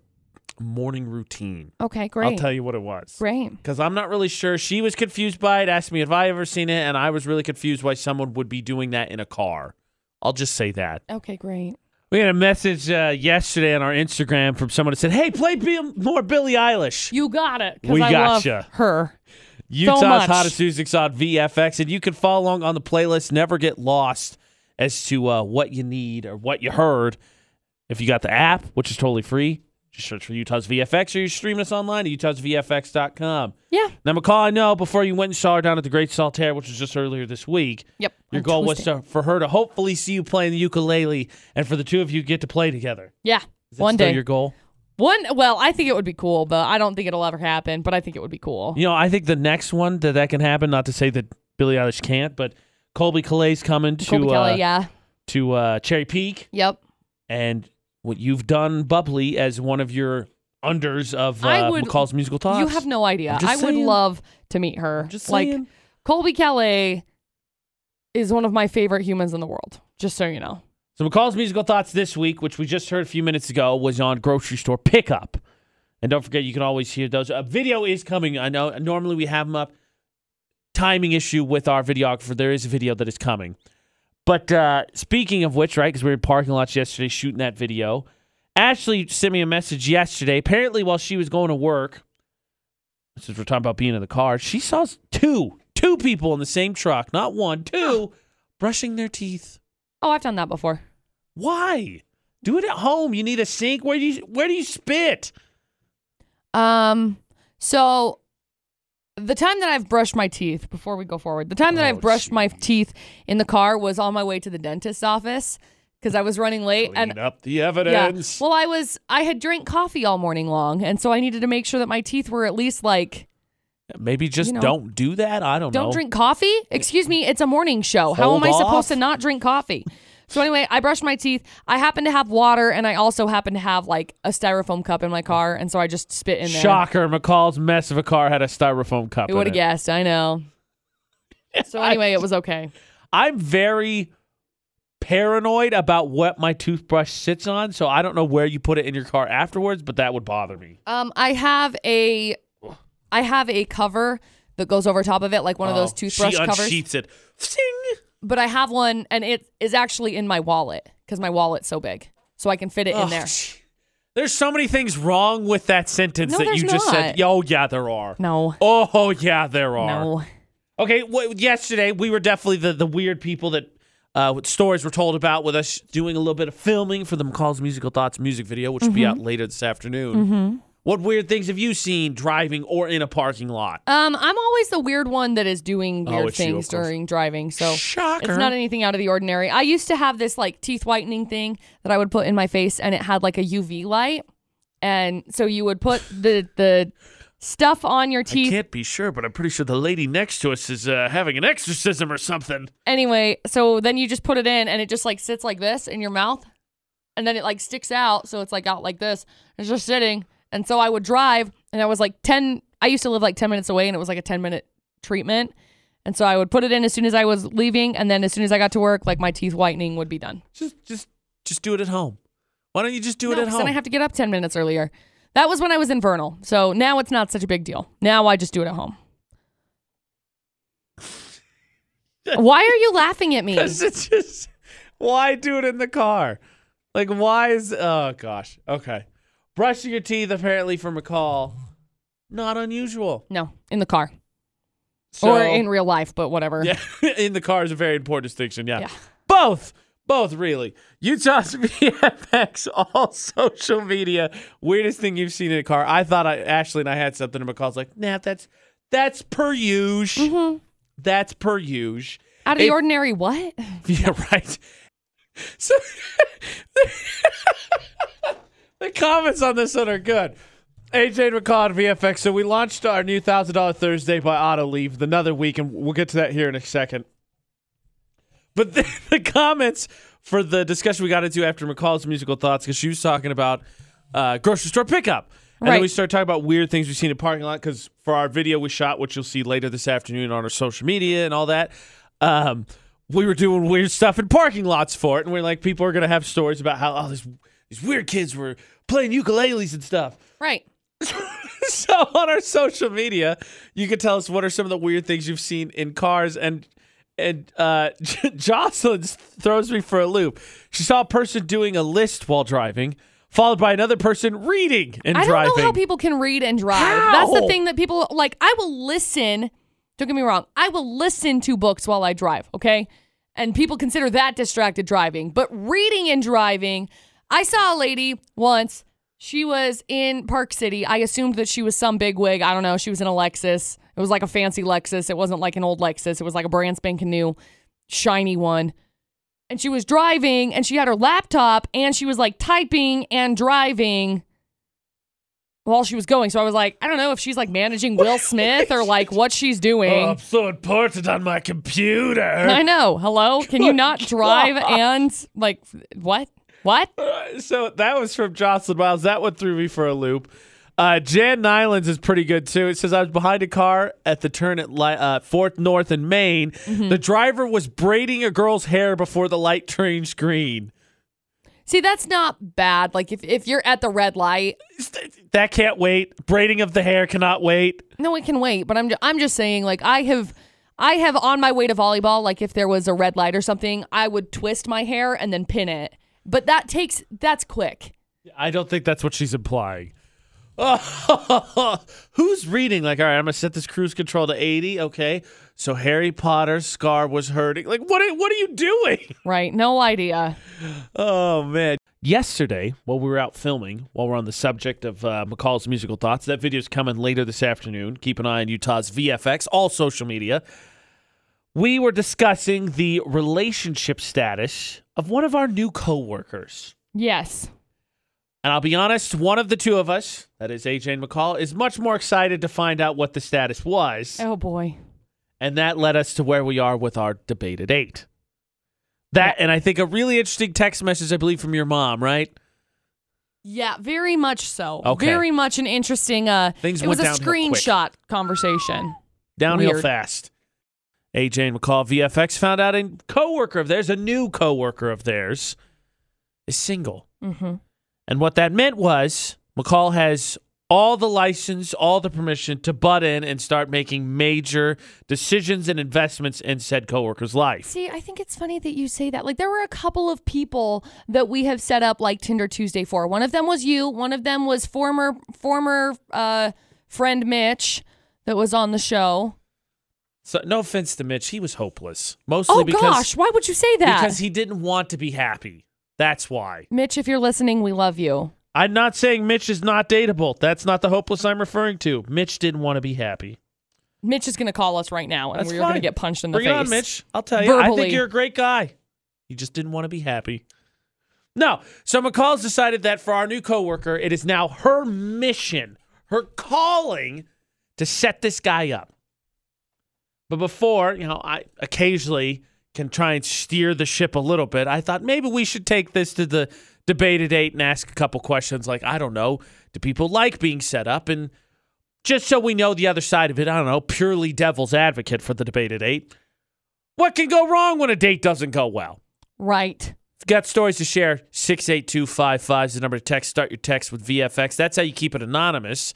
Speaker 1: morning routine.
Speaker 2: Okay, great.
Speaker 1: I'll tell you what it was.
Speaker 2: Great.
Speaker 1: Because I'm not really sure. She was confused by it, asked me if I ever seen it, and I was really confused why someone would be doing that in a car. I'll just say that.
Speaker 2: Okay, great.
Speaker 1: We had a message uh, yesterday on our Instagram from someone that said, "Hey, play Bill- more Billie Eilish."
Speaker 2: You got it. 'cause
Speaker 1: We
Speaker 2: I
Speaker 1: gotcha.
Speaker 2: Love her.
Speaker 1: Utah's
Speaker 2: much.
Speaker 1: hottest music on VFX, and you can follow along on the playlist. Never get lost as to uh, what you need or what you heard. If you got the app, which is totally free, just search for Utah's VFX, or you're streaming us online at utahsvfx.com.
Speaker 2: Yeah.
Speaker 1: Now, McCall, I know before you went and saw her down at the Great Saltaire, which was just earlier this week,
Speaker 2: Yep.
Speaker 1: your
Speaker 2: I'm
Speaker 1: goal
Speaker 2: twisted.
Speaker 1: was to, for her to hopefully see you playing the ukulele, and for the two of you get to play together.
Speaker 2: Yeah.
Speaker 1: Is that
Speaker 2: One
Speaker 1: still
Speaker 2: day.
Speaker 1: your goal.
Speaker 2: One. Well, I think it would be cool, but I don't think it'll ever happen. But I think it would be cool.
Speaker 1: You know, I think the next one that that can happen. Not to say that Billie Eilish can't, but Colby Calais coming to
Speaker 2: Colby
Speaker 1: uh,
Speaker 2: Kelly. Yeah.
Speaker 1: to uh, Cherry Peak,
Speaker 2: Yep.
Speaker 1: and what you've done, Bubbly, as one of your unders of
Speaker 2: I
Speaker 1: uh,
Speaker 2: would-
Speaker 1: McCall's musical talks.
Speaker 2: You have no idea.
Speaker 1: I'm just
Speaker 2: I would
Speaker 1: saying.
Speaker 2: love to meet her.
Speaker 1: Just
Speaker 2: like
Speaker 1: saying.
Speaker 2: Colby Kelly is one of my favorite humans in the world. Just so you know.
Speaker 1: So McCall's musical thoughts this week, which we just heard a few minutes ago, was on grocery store pickup. And don't forget, you can always hear those. A video is coming. I know normally we have them up. Timing issue with our videographer. There is a video that is coming. But uh, speaking of which, right, because we were in parking lots yesterday shooting that video, Ashley sent me a message yesterday. Apparently, while she was going to work, since we're talking about being in the car, she saw s- two, two people in the same truck, not one, two, brushing their teeth.
Speaker 2: Oh, I've done that before.
Speaker 1: Why? Do it at home. You need a sink. Where do you where do you spit?
Speaker 2: Um, so the time that I've brushed my teeth before we go forward, the time that I've brushed my teeth in the car was on my way to the dentist's office because I was running late and
Speaker 1: up the
Speaker 2: yeah. Well, I was I had drank coffee all morning long, and so I needed to make sure that my teeth were at least like
Speaker 1: Maybe just
Speaker 2: You know.
Speaker 1: don't do that. I don't,
Speaker 2: don't
Speaker 1: know.
Speaker 2: drink coffee. Excuse me, it's a morning show. How am
Speaker 1: Hold
Speaker 2: I
Speaker 1: off.
Speaker 2: supposed to not drink coffee? So anyway, I brushed my teeth. I happen to have water, and I also happen to have like a styrofoam cup in my car, and so I just spit in there.
Speaker 1: Shocker! McCall's mess of a car had a styrofoam cup.
Speaker 2: Who would
Speaker 1: in
Speaker 2: have
Speaker 1: it.
Speaker 2: guessed? I know. So anyway, it was okay.
Speaker 1: I'm very paranoid about what my toothbrush sits on, so I don't know where you put it in your car afterwards, but that would bother me.
Speaker 2: Um, I have a, I have a cover that goes over top of it, like one of those
Speaker 1: Oh,
Speaker 2: toothbrush
Speaker 1: she
Speaker 2: covers.
Speaker 1: unsheaths it. Sing.
Speaker 2: But I have one, and it is actually in my wallet because my wallet's so big, so I can fit it
Speaker 1: Oh,
Speaker 2: in there.
Speaker 1: gee. There's so many things wrong with that sentence
Speaker 2: No,
Speaker 1: that
Speaker 2: there's
Speaker 1: you just said.
Speaker 2: not.
Speaker 1: Yo, yeah, there are.
Speaker 2: No,
Speaker 1: Oh yeah, there are.
Speaker 2: no.
Speaker 1: Okay, well, yesterday we were definitely the, the weird people that uh, what stories were told about with us doing a little bit of filming for the McCall's Musical Thoughts music video, which will be
Speaker 2: Mm-hmm.
Speaker 1: out later this afternoon. What weird things have you seen driving or in a parking lot?
Speaker 2: Um, I'm always the weird one that is doing
Speaker 1: Oh,
Speaker 2: weird
Speaker 1: it's you,
Speaker 2: things
Speaker 1: of course.
Speaker 2: during driving. So
Speaker 1: Shocker.
Speaker 2: It's not anything out of the ordinary. I used to have this like teeth whitening thing that I would put in my face, and it had like a UV light, and so you would put the the stuff on your
Speaker 1: I
Speaker 2: teeth.
Speaker 1: can't be sure, but I'm pretty sure the lady next to us is uh, having an exorcism or something.
Speaker 2: Anyway, so then you just put it in, and it just like sits like this in your mouth, and then it like sticks out, so it's like out like this. It's just sitting, and so I would drive, and I was like ten. I used to live like ten minutes away, and it was like a ten minute treatment. And so I would put it in as soon as I was leaving, and then as soon as I got to work, like my teeth whitening would be done.
Speaker 1: Just, just, just do it at home. Why don't you just do it
Speaker 2: No,
Speaker 1: at
Speaker 2: 'cause
Speaker 1: home?
Speaker 2: Then I have to get up 10 minutes earlier. That was when I was infernal. So now it's not such a big deal. Now I just do it at home. Why are you laughing at me?
Speaker 1: Because it's just why do it in the car? Like why is oh gosh. Okay. Brushing your teeth apparently for McCall. Not unusual.
Speaker 2: No, in the car
Speaker 1: So,
Speaker 2: or in real life, but whatever.
Speaker 1: yeah, in the car is a very important distinction. Yeah.
Speaker 2: Yeah.
Speaker 1: Both. Both really. Utah's VFX, all social media. Weirdest thing you've seen in a car. I thought I, Ashley and I had something, and McCall's like, nah, that's that's per use.
Speaker 2: Mm-hmm.
Speaker 1: That's per use.
Speaker 2: Out of the
Speaker 1: If-
Speaker 2: ordinary, what?
Speaker 1: Yeah, right. So the comments on this one are good. AJ and McCall at VFX. So we launched our new thousand dollar Thursday by Auto Leave another week, and we'll get to that here in a second. But the, the comments for the discussion we got into after McCall's musical thoughts, because she was talking about uh, grocery store pickup. And then
Speaker 2: Right.
Speaker 1: we started talking about weird things we've seen in parking lot because for our video we shot, which you'll see later this afternoon on our social media and all that, um, we were doing weird stuff in parking lots for it. And we're like, people are going to have stories about how all these, these weird kids were playing ukuleles and stuff
Speaker 2: Right.
Speaker 1: so on our social media, you can tell us what are some of the weird things you've seen in cars and and uh, Jocelyn throws me for a loop. She saw a person doing a list while driving, followed by another person reading and
Speaker 2: I don't
Speaker 1: driving.
Speaker 2: know how people can read and drive. That's the thing that people like. I will listen. Don't get me wrong. I will listen to books while I drive. Okay, and people consider that distracted driving. But reading and driving, I saw a lady once. She was in Park City. I assumed that she was some bigwig. I don't know. She was in a Lexus. It was like a fancy Lexus. It wasn't like an old Lexus. It was like a brand spanking new, shiny one and she was driving and she had her laptop and she was like typing and driving while she was going. So I was like, I don't know if she's like managing Will Smith or like what she's doing.
Speaker 1: Oh, so important on my computer.
Speaker 2: I know. Hello? Can you not drive and like what? What?
Speaker 1: So that was from Jocelyn Miles. That one threw me for a loop. Uh, Jan Nylands is pretty good too. It says I was behind a car at the turn at li- uh, Fourth North in Maine. The driver was braiding a girl's hair before the light changed green.
Speaker 2: See, that's not bad. Like if, if you're at the red light,
Speaker 1: That can't wait. Braiding of the hair cannot wait.
Speaker 2: no, it can wait. But I'm ju- I'm just saying, like I have I have on my way to volleyball. Like if there was a red light or something, I would twist my hair and then pin it. But that takes that's quick.
Speaker 1: I don't think that's what she's implying. Oh, who's reading? Like, all right, I'm gonna set this cruise control to 80. Okay, so Harry Potter's scar was hurting. Like, what? Are, what are you doing?
Speaker 2: Right? No idea.
Speaker 1: Oh man. Yesterday, while we were out filming, while we're on the subject of uh, McCall's musical thoughts, that video's coming later this afternoon. Keep an eye on Utah's VFX, all social media. We were discussing the relationship status of one of our new coworkers.
Speaker 2: Yes.
Speaker 1: And I'll be honest, one of the two of us, that is AJ and McCall, is much more excited to find out what the status was.
Speaker 2: Oh boy.
Speaker 1: And that led us to where we are with our debate at eight. That, and I think a really interesting text message, I believe, from your mom, right?
Speaker 2: Yeah, very much so.
Speaker 1: Okay.
Speaker 2: Very much an interesting uh
Speaker 1: Things
Speaker 2: it was a
Speaker 1: went downhill quick.
Speaker 2: screenshot conversation.
Speaker 1: downhill
Speaker 2: Weird.
Speaker 1: fast. AJ and McCall VFX found out a coworker of theirs, a new coworker of theirs, is single.
Speaker 2: Mhm.
Speaker 1: And what that meant was McCall has all the license, all the permission to butt in and start making major decisions and investments in said coworker's life.
Speaker 2: See, I think it's funny that you say that. Like there were a couple of people that we have set up like Tinder Tuesday for. One of them was you, one of them was former former uh friend Mitch that was on the show.
Speaker 1: So no offense to Mitch, he was hopeless. Mostly
Speaker 2: oh
Speaker 1: because
Speaker 2: gosh, why would you say that?
Speaker 1: because he didn't want to be happy. That's why.
Speaker 2: Mitch, if you're listening, we love you.
Speaker 1: I'm not saying Mitch is not dateable. That's not the hopeless I'm referring to. Mitch didn't want to be happy.
Speaker 2: Mitch is going to call us right now and
Speaker 1: That's
Speaker 2: we're going to
Speaker 1: fine.
Speaker 2: get punched in the
Speaker 1: Bring
Speaker 2: face.
Speaker 1: it on, Mitch. I'll tell you. I
Speaker 2: Verbally.
Speaker 1: think you're a great guy. You just didn't want to be happy. No. So McCall's decided that for our new coworker, it is now her mission, her calling to set this guy up. But before, you know, I occasionally can try and steer the ship a little bit. I thought maybe we should take this to the debate at eight and ask a couple questions like, I don't know, do people like being set up? And just so we know the other side of it, I don't know, purely devil's advocate for the debate at eight. What can go wrong when a date doesn't go well?
Speaker 2: Right.
Speaker 1: If you got stories to share, 68255 is the number to text. Start your text with VFX. That's how you keep it anonymous.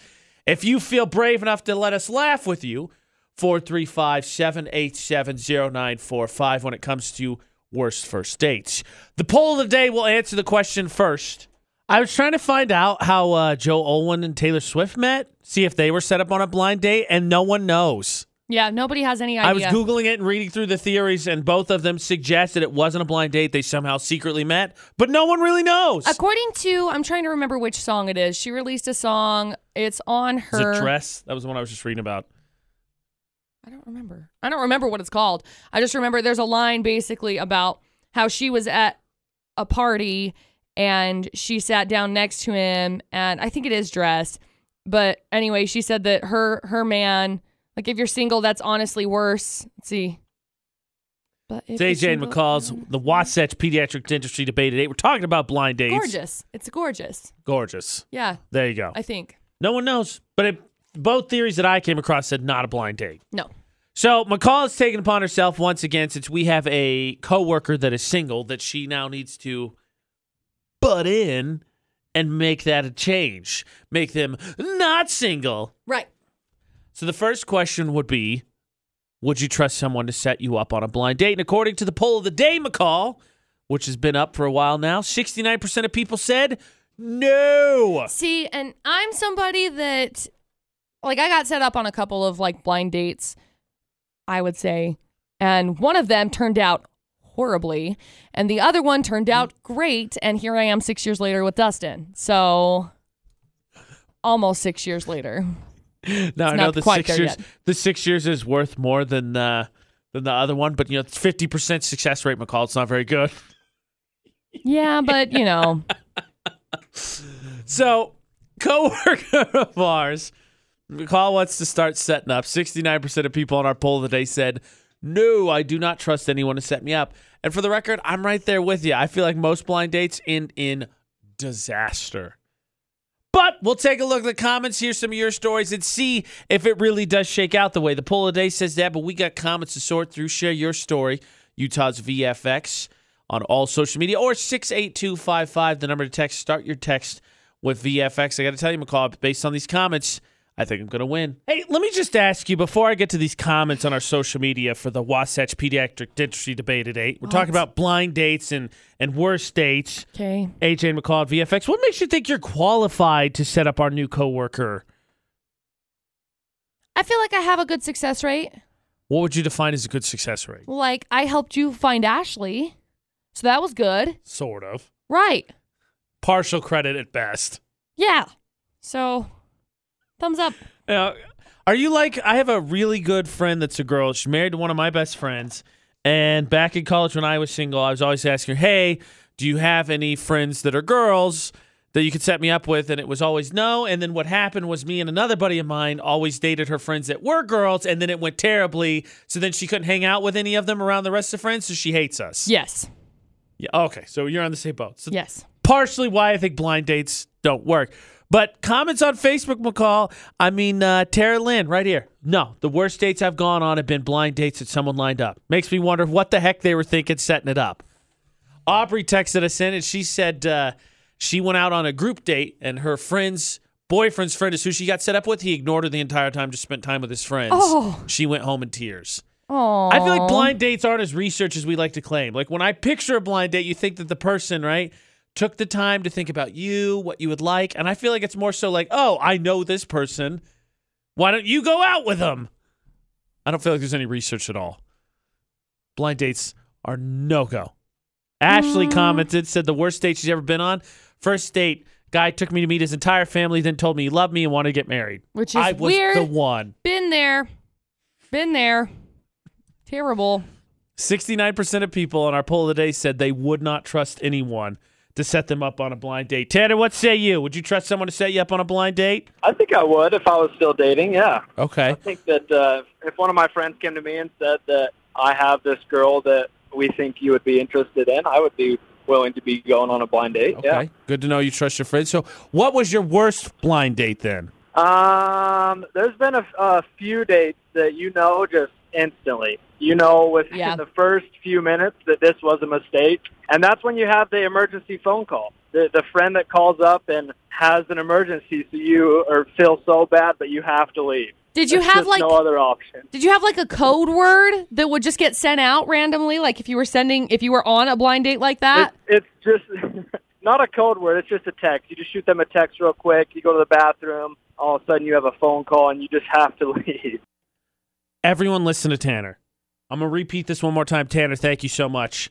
Speaker 1: If you feel brave enough to let us laugh with you, 435 787 0945 when it comes to worst first dates. The poll of the day will answer the question first. I was trying to find out how uh, Joe Olwen and Taylor Swift met, see if they were set up on a blind date, and no one knows.
Speaker 2: Yeah, nobody has any idea.
Speaker 1: I was Googling it and reading through the theories, and both of them suggested it wasn't a blind date. They somehow secretly met, but no one really knows.
Speaker 2: According to, I'm trying to remember which song it is. She released a song. It's on
Speaker 1: Is it
Speaker 2: her.
Speaker 1: dress? That was the one I was just reading about.
Speaker 2: I don't remember. I don't remember what it's called. I just remember there's a line basically about how she was at a party and she sat down next to him, and I think it is dress. But anyway, she said that her her man, like if you're single, that's honestly worse. Let's see. But if
Speaker 1: It's
Speaker 2: you're
Speaker 1: AJ and
Speaker 2: single-
Speaker 1: McCall's The Wasatch Pediatric Dentistry Debate today. We're talking about blind dates.
Speaker 2: Gorgeous. It's gorgeous.
Speaker 1: Gorgeous.
Speaker 2: Yeah,
Speaker 1: There you go.
Speaker 2: I think.
Speaker 1: no one knows, but it, both theories that I came across said not a blind date.
Speaker 2: No.
Speaker 1: So McCall has taken upon herself once again, since we have a coworker that is single, that she now needs to butt in and make that a change, make them not single.
Speaker 2: Right.
Speaker 1: So the first question would be, Would you trust someone to set you up on a blind date? And according to the poll of the day, McCall, which has been up for a while now, 69% of people said no.
Speaker 6: See, and I'm somebody that, like, I got set up on a couple of like blind dates, I would say, and one of them turned out horribly, and the other one turned out great, and here I am six years later with Dustin. So, almost six years later.
Speaker 1: Now I
Speaker 6: It's
Speaker 1: know
Speaker 6: not
Speaker 1: the
Speaker 6: quite
Speaker 1: six
Speaker 6: there
Speaker 1: years
Speaker 6: yet.
Speaker 1: the six years is worth more than uh, than the other one, but you know, fifty percent success rate, McCall, it's not very good.
Speaker 6: Yeah, but you know,
Speaker 1: So, coworker of ours, McCall wants to start setting up. 69% of people on our poll today said, No, I do not trust anyone to set me up. And for the record, I'm right there with you. I feel like most blind dates end in disaster. But we'll take a look at the comments, hear some of your stories, and see if it really does shake out the way. The poll today says that, but we got comments to sort through. Share your story, Utah's VFX, on all social media or 68255, the number to text. Start your text with VFX. I got to tell you, McCall, based on these comments, I think I'm going to win. Hey, let me just ask you before I get to these comments on our social media for the Wasatch Pediatric Dentistry Debate today. We're talking about blind dates and, and worse dates.
Speaker 6: okay.
Speaker 1: AJ and McCall at VFX. What makes you think you're qualified to set up our new coworker?
Speaker 6: I feel like I have a good success rate.
Speaker 1: What would you define as a good success rate?
Speaker 6: Like, I helped you find Ashley, so that was good.
Speaker 1: Sort of.
Speaker 6: Right.
Speaker 1: Partial credit at best.
Speaker 6: Yeah. So, thumbs up.
Speaker 1: Now, are you like I have a really good friend that's a girl. She's married to one of my best friends. And back in college when I was single, I was always asking her, "Hey, do you have any friends that are girls that you could set me up with?" And it was always no. And then what happened was me and another buddy of mine always dated her friends that were girls, and then it went terribly. So then she couldn't hang out with any of them around the rest of friends, so she hates us.
Speaker 6: Yes.
Speaker 1: Yeah. Okay. So you're on the same boat. So
Speaker 6: Yes.
Speaker 1: partially why I think blind dates don't work. But comments on Facebook, McCall. I mean, uh, Tara Lynn, right here. No, the worst dates I've gone on have been blind dates that someone lined up. Makes me wonder what the heck they were thinking setting it up. Aubrey texted us in and she said uh, she went out on a group date and her friend's boyfriend's friend is who she got set up with. He ignored her the entire time, just spent time with his friends.
Speaker 6: Oh.
Speaker 1: She went home in tears.
Speaker 6: Oh.
Speaker 1: I feel like blind dates aren't as research as we like to claim. Like when I picture a blind date, you think that the person, right, took the time to think about you, what you would like. And I feel like it's more so like, oh, I know this person. Why don't you go out with them? I don't feel like there's any research at all. Blind dates are no go. Ashley commented, said the worst date she's ever been on. First date, guy took me to meet his entire family, then told me he loved me and wanted to get married.
Speaker 6: Which is
Speaker 1: I was
Speaker 6: weird.
Speaker 1: the one.
Speaker 6: Been there. Been there. Terrible.
Speaker 1: 69% of people on our poll today said they would not trust anyone to set them up on a blind date. Tanner, what say you? Would you trust someone to set you up on a blind date?
Speaker 5: I think I would if I was still dating. Yeah.
Speaker 1: Okay.
Speaker 5: I think that uh, if one of my friends came to me and said that I have this girl that we think you would be interested in, I would be willing to be going on a blind date.
Speaker 1: Okay.
Speaker 5: Yeah.
Speaker 1: Good to know you trust your friends. So, what was your worst blind date then?
Speaker 5: Um, there's been a, a few dates that you know just instantly. You know within
Speaker 6: Yeah.
Speaker 5: the first few minutes that this was a mistake, and that's when you have the emergency phone call. The, the friend that calls up and has an emergency, so you or feel so bad, but you have to leave.
Speaker 6: Did you
Speaker 5: There's
Speaker 6: have
Speaker 5: just
Speaker 6: like
Speaker 5: no other option?
Speaker 6: did you have like a code word that would just get sent out randomly like if you were sending if you were on a blind date like that?
Speaker 5: It, it's just not a code word. It's just a text. You just shoot them a text real quick. You go to the bathroom. All of a sudden, you have a phone call, and you just have to leave.
Speaker 1: Everyone, listen to Tanner. I'm going to repeat this one more time. Tanner, thank you so much.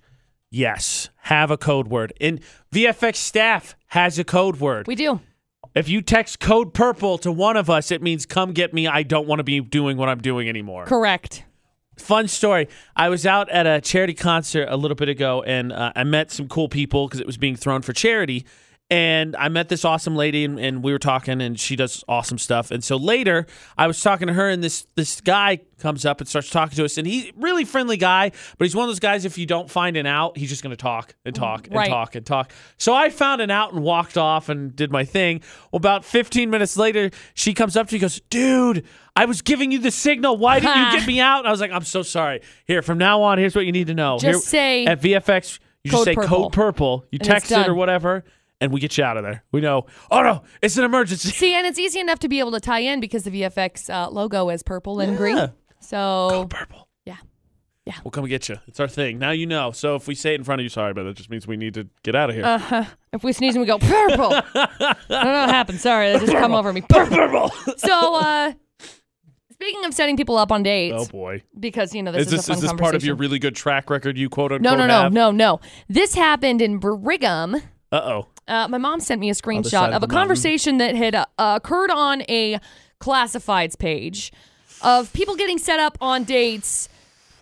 Speaker 1: Yes, have a code word. And VFX staff has a code word.
Speaker 6: We do.
Speaker 1: If you text code purple to one of us, it means come get me. I don't want to be doing what I'm doing anymore.
Speaker 6: Correct.
Speaker 1: Fun story. I was out at a charity concert a little bit ago and uh, I met some cool people because it was being thrown for charity. And I met this awesome lady and, and we were talking and she does awesome stuff. And so later I was talking to her and this this guy comes up and starts talking to us and he's a really friendly guy, but he's one of those guys if you don't find an out, he's just gonna talk and talk and
Speaker 6: Right.
Speaker 1: talk and talk. So I found an out and walked off and did my thing. Well, about 15 minutes later, she comes up to me and goes, Dude, I was giving you the signal. Why didn't you get me out? And I was like, I'm so sorry. Here, from now on, here's what you need to know. Here-
Speaker 6: Just say
Speaker 1: at VFX, you just
Speaker 6: code
Speaker 1: say
Speaker 6: purple.
Speaker 1: code purple. You
Speaker 6: And it's
Speaker 1: text it or
Speaker 6: done.
Speaker 1: whatever, and we get you out of there. We know, oh no, it's an emergency.
Speaker 6: See, and it's easy enough to be able to tie in because the VFX uh, logo is purple and green.
Speaker 1: Yeah.
Speaker 2: So
Speaker 7: purple.
Speaker 2: Yeah. Yeah.
Speaker 7: We'll come get you. It's our thing. Now you know. So if we say it in front of you, sorry, but that just means we need to get out of here.
Speaker 2: uh, if we sneeze and we go purple, I don't know what happened. Sorry, that just come over me. Purple. So uh, speaking of setting people up on dates,
Speaker 7: oh boy.
Speaker 2: because you know
Speaker 7: Is
Speaker 2: this is,
Speaker 7: this
Speaker 2: a fun
Speaker 7: is this
Speaker 2: conversation.
Speaker 7: part of your really good track record you quote
Speaker 2: no,
Speaker 7: unquote
Speaker 2: no, no, no, no. This happened in Brigham.
Speaker 7: Uh oh.
Speaker 2: Uh, my mom sent me a
Speaker 7: side
Speaker 2: screenshot
Speaker 7: of
Speaker 2: of
Speaker 7: the
Speaker 2: a conversation that had uh, occurred on a classifieds page of people getting set up on dates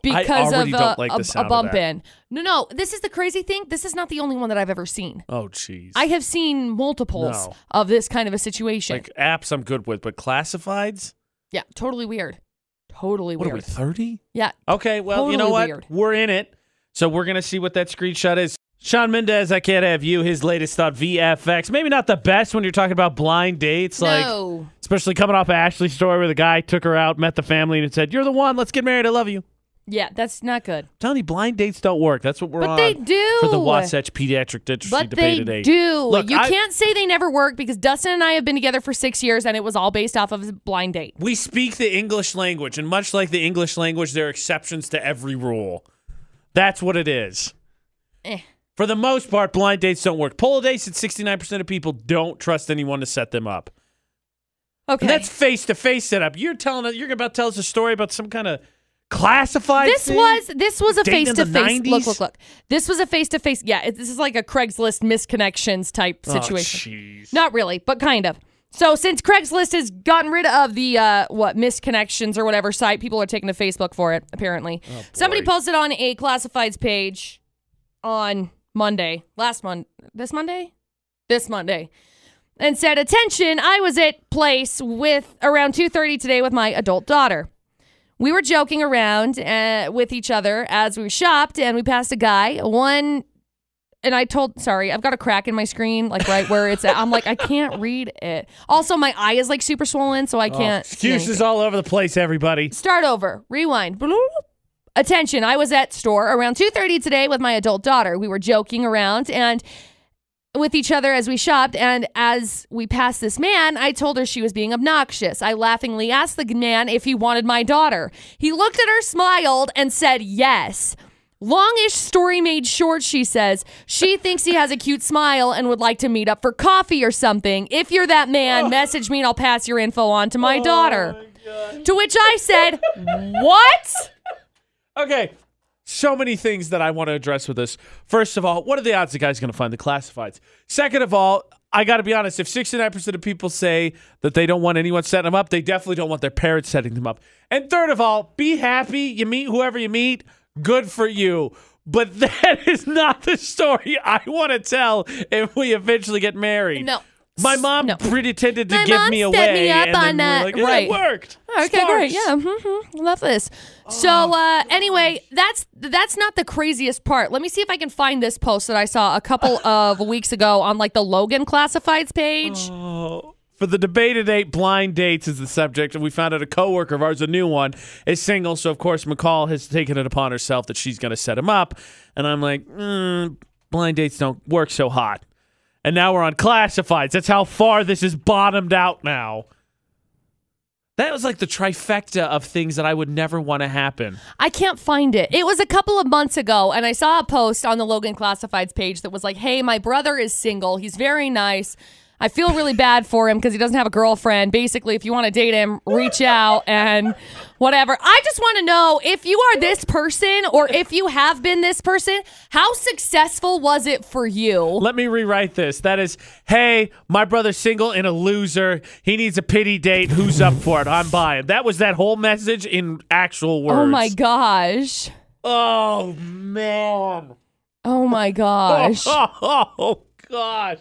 Speaker 2: because of
Speaker 7: already
Speaker 2: a,
Speaker 7: don't like the
Speaker 2: a- a
Speaker 7: sound of
Speaker 2: bump
Speaker 7: that.
Speaker 2: in. No, no, this is the crazy thing. This is not the only one that I've ever seen.
Speaker 7: Oh jeez.
Speaker 2: I have seen multiples
Speaker 7: No.
Speaker 2: of this kind of a situation.
Speaker 7: like apps I'm good with, but classifieds?
Speaker 2: yeah, totally weird. Totally
Speaker 7: What are we,
Speaker 2: weird.
Speaker 7: 30?
Speaker 2: yeah.
Speaker 1: Okay, well, you know
Speaker 2: Totally
Speaker 1: what?
Speaker 2: weird.
Speaker 1: We're in it. So we're going to see what that screenshot is. Sean Mendez, I can't have you. His latest thought, VFX. Maybe not the best when you're talking about blind dates, like
Speaker 2: no.
Speaker 1: especially coming off of Ashley's story where the guy took her out, met the family, and said, "You're the one. Let's get married. I love you."
Speaker 2: Yeah, that's not good.
Speaker 1: Tony, blind dates don't work. That's what we're
Speaker 2: But
Speaker 1: on
Speaker 2: they do.
Speaker 1: for the Wasatch Pediatric Literacy
Speaker 2: But
Speaker 1: Debate today.
Speaker 2: they do.
Speaker 1: Look,
Speaker 2: you
Speaker 1: I-
Speaker 2: can't say they never work because Dustin and I have been together for six years and it was all based off of a blind date.
Speaker 1: We speak the English language, and much like the English language, there are exceptions to every rule. That's what it is.
Speaker 2: Eh.
Speaker 1: For the most part, blind dates don't work. Poll dates said 69% of people don't trust anyone to set them up.
Speaker 2: Okay.
Speaker 1: And that's face to face setup. You're telling us you're about to tell us a story about some kind of classified.
Speaker 2: this
Speaker 1: thing?
Speaker 2: was this was a face
Speaker 1: Dating in the
Speaker 2: to face.
Speaker 1: 90s?
Speaker 2: Look, look, look. This was a face to face. Yeah, it, this is like a Craigslist misconnections type
Speaker 1: Oh,
Speaker 2: situation.
Speaker 1: jeez.
Speaker 2: Not really, but kind of. So since Craigslist has gotten rid of the uh, what misconnections or whatever site, people are taking to Facebook for it. Apparently,
Speaker 1: Oh,
Speaker 2: somebody posted on a classifieds page on Monday, last Monday, this Monday, this Monday, and said, "Attention! I was at place with around two thirty today with my adult daughter." we were joking around uh, with each other as we shopped and we passed a guy one and i told sorry i've got a crack in my screen like right where it's at i'm like i can't read it also my eye is like super swollen so i can't see
Speaker 1: Excuses all over the place, everybody.
Speaker 2: Start over. Rewind. Bloop. Attention, I was at store around 2:30 today with my adult daughter. We were joking around and with each other as we shopped and as we passed this man, I told her she was being obnoxious. I laughingly asked the man if he wanted my daughter. He looked at her, smiled, and said yes. Longish story made short, she says. She thinks he has a cute smile and would like to meet up for coffee or something. If you're that man, message me and I'll pass your info on to my daughter. To which I said, What?
Speaker 1: Okay. So many things that I want to address with this. First of all, what are the odds the guy's going to find the classifieds? Second of all, I got to be honest. If 69% of people say that they don't want anyone setting them up, they definitely don't want their parents setting them up. And third of all, be happy. You meet whoever you meet. Good for you. But that is not the story I want to tell if we eventually get married.
Speaker 2: No.
Speaker 1: My mom
Speaker 2: No.
Speaker 1: pretended to
Speaker 2: My
Speaker 1: give
Speaker 2: mom
Speaker 1: me
Speaker 2: set
Speaker 1: away.
Speaker 2: me up
Speaker 1: and then we were
Speaker 2: on that.
Speaker 1: Like, yeah,
Speaker 2: Right.
Speaker 1: It worked.
Speaker 2: Okay, great.
Speaker 1: Sparks.
Speaker 2: Yeah, mm-hmm. love this. So, uh, anyway, that's that's not the craziest part. Let me see if I can find this post that I saw a couple of weeks ago on like the Logan Classifieds page.
Speaker 1: For the debate today, blind dates is the subject, and we found out a coworker of ours, a new one, is single. So of course, McCall has taken it upon herself that she's going to set him up. And I'm like, mm, blind dates don't work so hot. And now we're on classifieds. That's how far this is bottomed out now. That was like the trifecta of things that I would never want to happen.
Speaker 2: I can't find it. It was a couple of months ago, and I saw a post on the Logan Classifieds page that was like, "Hey, my brother is single. He's very nice. I feel really bad for him because he doesn't have a girlfriend. Basically, if you want to date him, reach out and whatever. I just want to know if you are this person or if you have been this person. How successful was it for you?
Speaker 1: Let me rewrite this. That is, hey, my brother's single and a loser. He needs a pity date. Who's up for it? I'm buying. That was that whole message in actual words.
Speaker 2: Oh my gosh.
Speaker 1: Oh man.
Speaker 2: Oh my gosh.
Speaker 1: Oh, oh, oh, gosh.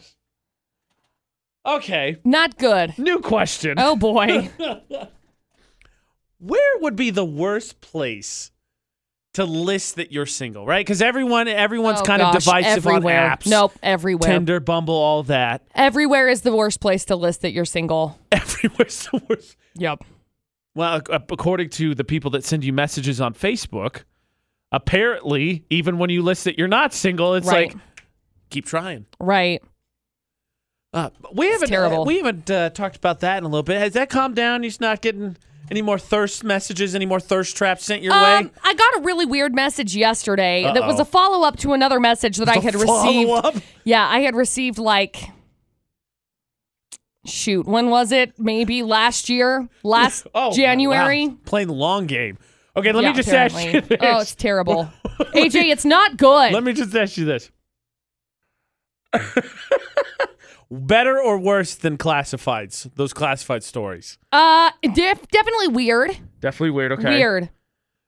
Speaker 1: Okay.
Speaker 2: Not good.
Speaker 1: New question.
Speaker 2: Oh boy.
Speaker 1: Where would be the worst place to list that you're single, right? Because everyone everyone's
Speaker 2: Oh
Speaker 1: kind of
Speaker 2: gosh,
Speaker 1: divisive
Speaker 2: everywhere.
Speaker 1: on apps.
Speaker 2: Nope, everywhere.
Speaker 1: Tinder, Bumble, all that.
Speaker 2: Everywhere is the worst place to list that you're single.
Speaker 1: Everywhere's the worst.
Speaker 2: Yep.
Speaker 1: Well, ac- uh, according to the people that send you messages on Facebook, apparently, even when you list that you're not single, it's
Speaker 2: Right.
Speaker 1: like keep trying.
Speaker 2: Right.
Speaker 1: Uh, we haven't
Speaker 2: terrible.
Speaker 1: uh, we haven't uh, talked about that in a little bit. Has that calmed down? You're just not getting Any more thirst messages? Any more thirst traps sent your way?
Speaker 2: Um, I got a really weird message yesterday that was
Speaker 1: Uh-oh.
Speaker 2: a follow up to another message that I had received.
Speaker 1: Follow-up? Oh,
Speaker 2: Yeah, I had received like shoot, when was it? Maybe last year, last
Speaker 1: Oh,
Speaker 2: January.
Speaker 1: wow. Playing the long game. Okay, let
Speaker 2: Yeah,
Speaker 1: me just ask you
Speaker 2: apparently.
Speaker 1: this.
Speaker 2: Oh, it's terrible. AJ, it's not good.
Speaker 1: Let me just ask you this. Better or worse than classifieds? Those classified stories.
Speaker 2: uh, def- definitely weird.
Speaker 1: Definitely weird.
Speaker 2: Weird.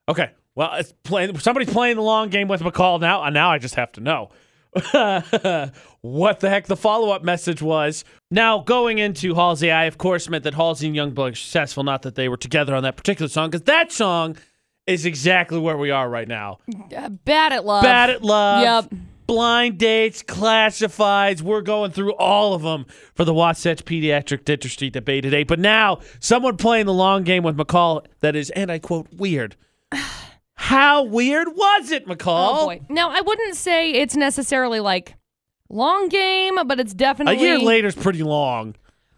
Speaker 1: Okay. Well, it's playing. Somebody's playing the long game with McCall now. And now I just have to know what the heck the follow-up message was. Now going into Halsey, I of course meant that Halsey and Youngblood are successful. Not that they were together on that particular song, because that song is exactly where we are right now.
Speaker 2: Uh, bad at love.
Speaker 1: Bad at love.
Speaker 2: Yep.
Speaker 1: Blind dates, classifieds. We're going through all of them for the Wasatch Pediatric Dentistry debate today. But now, someone playing the long game with McCall that is, and I quote, weird. How weird was it, McCall?
Speaker 2: Oh boy. Now I wouldn't say it's necessarily like long game, but it's
Speaker 1: A
Speaker 2: definitely
Speaker 1: year later's pretty long.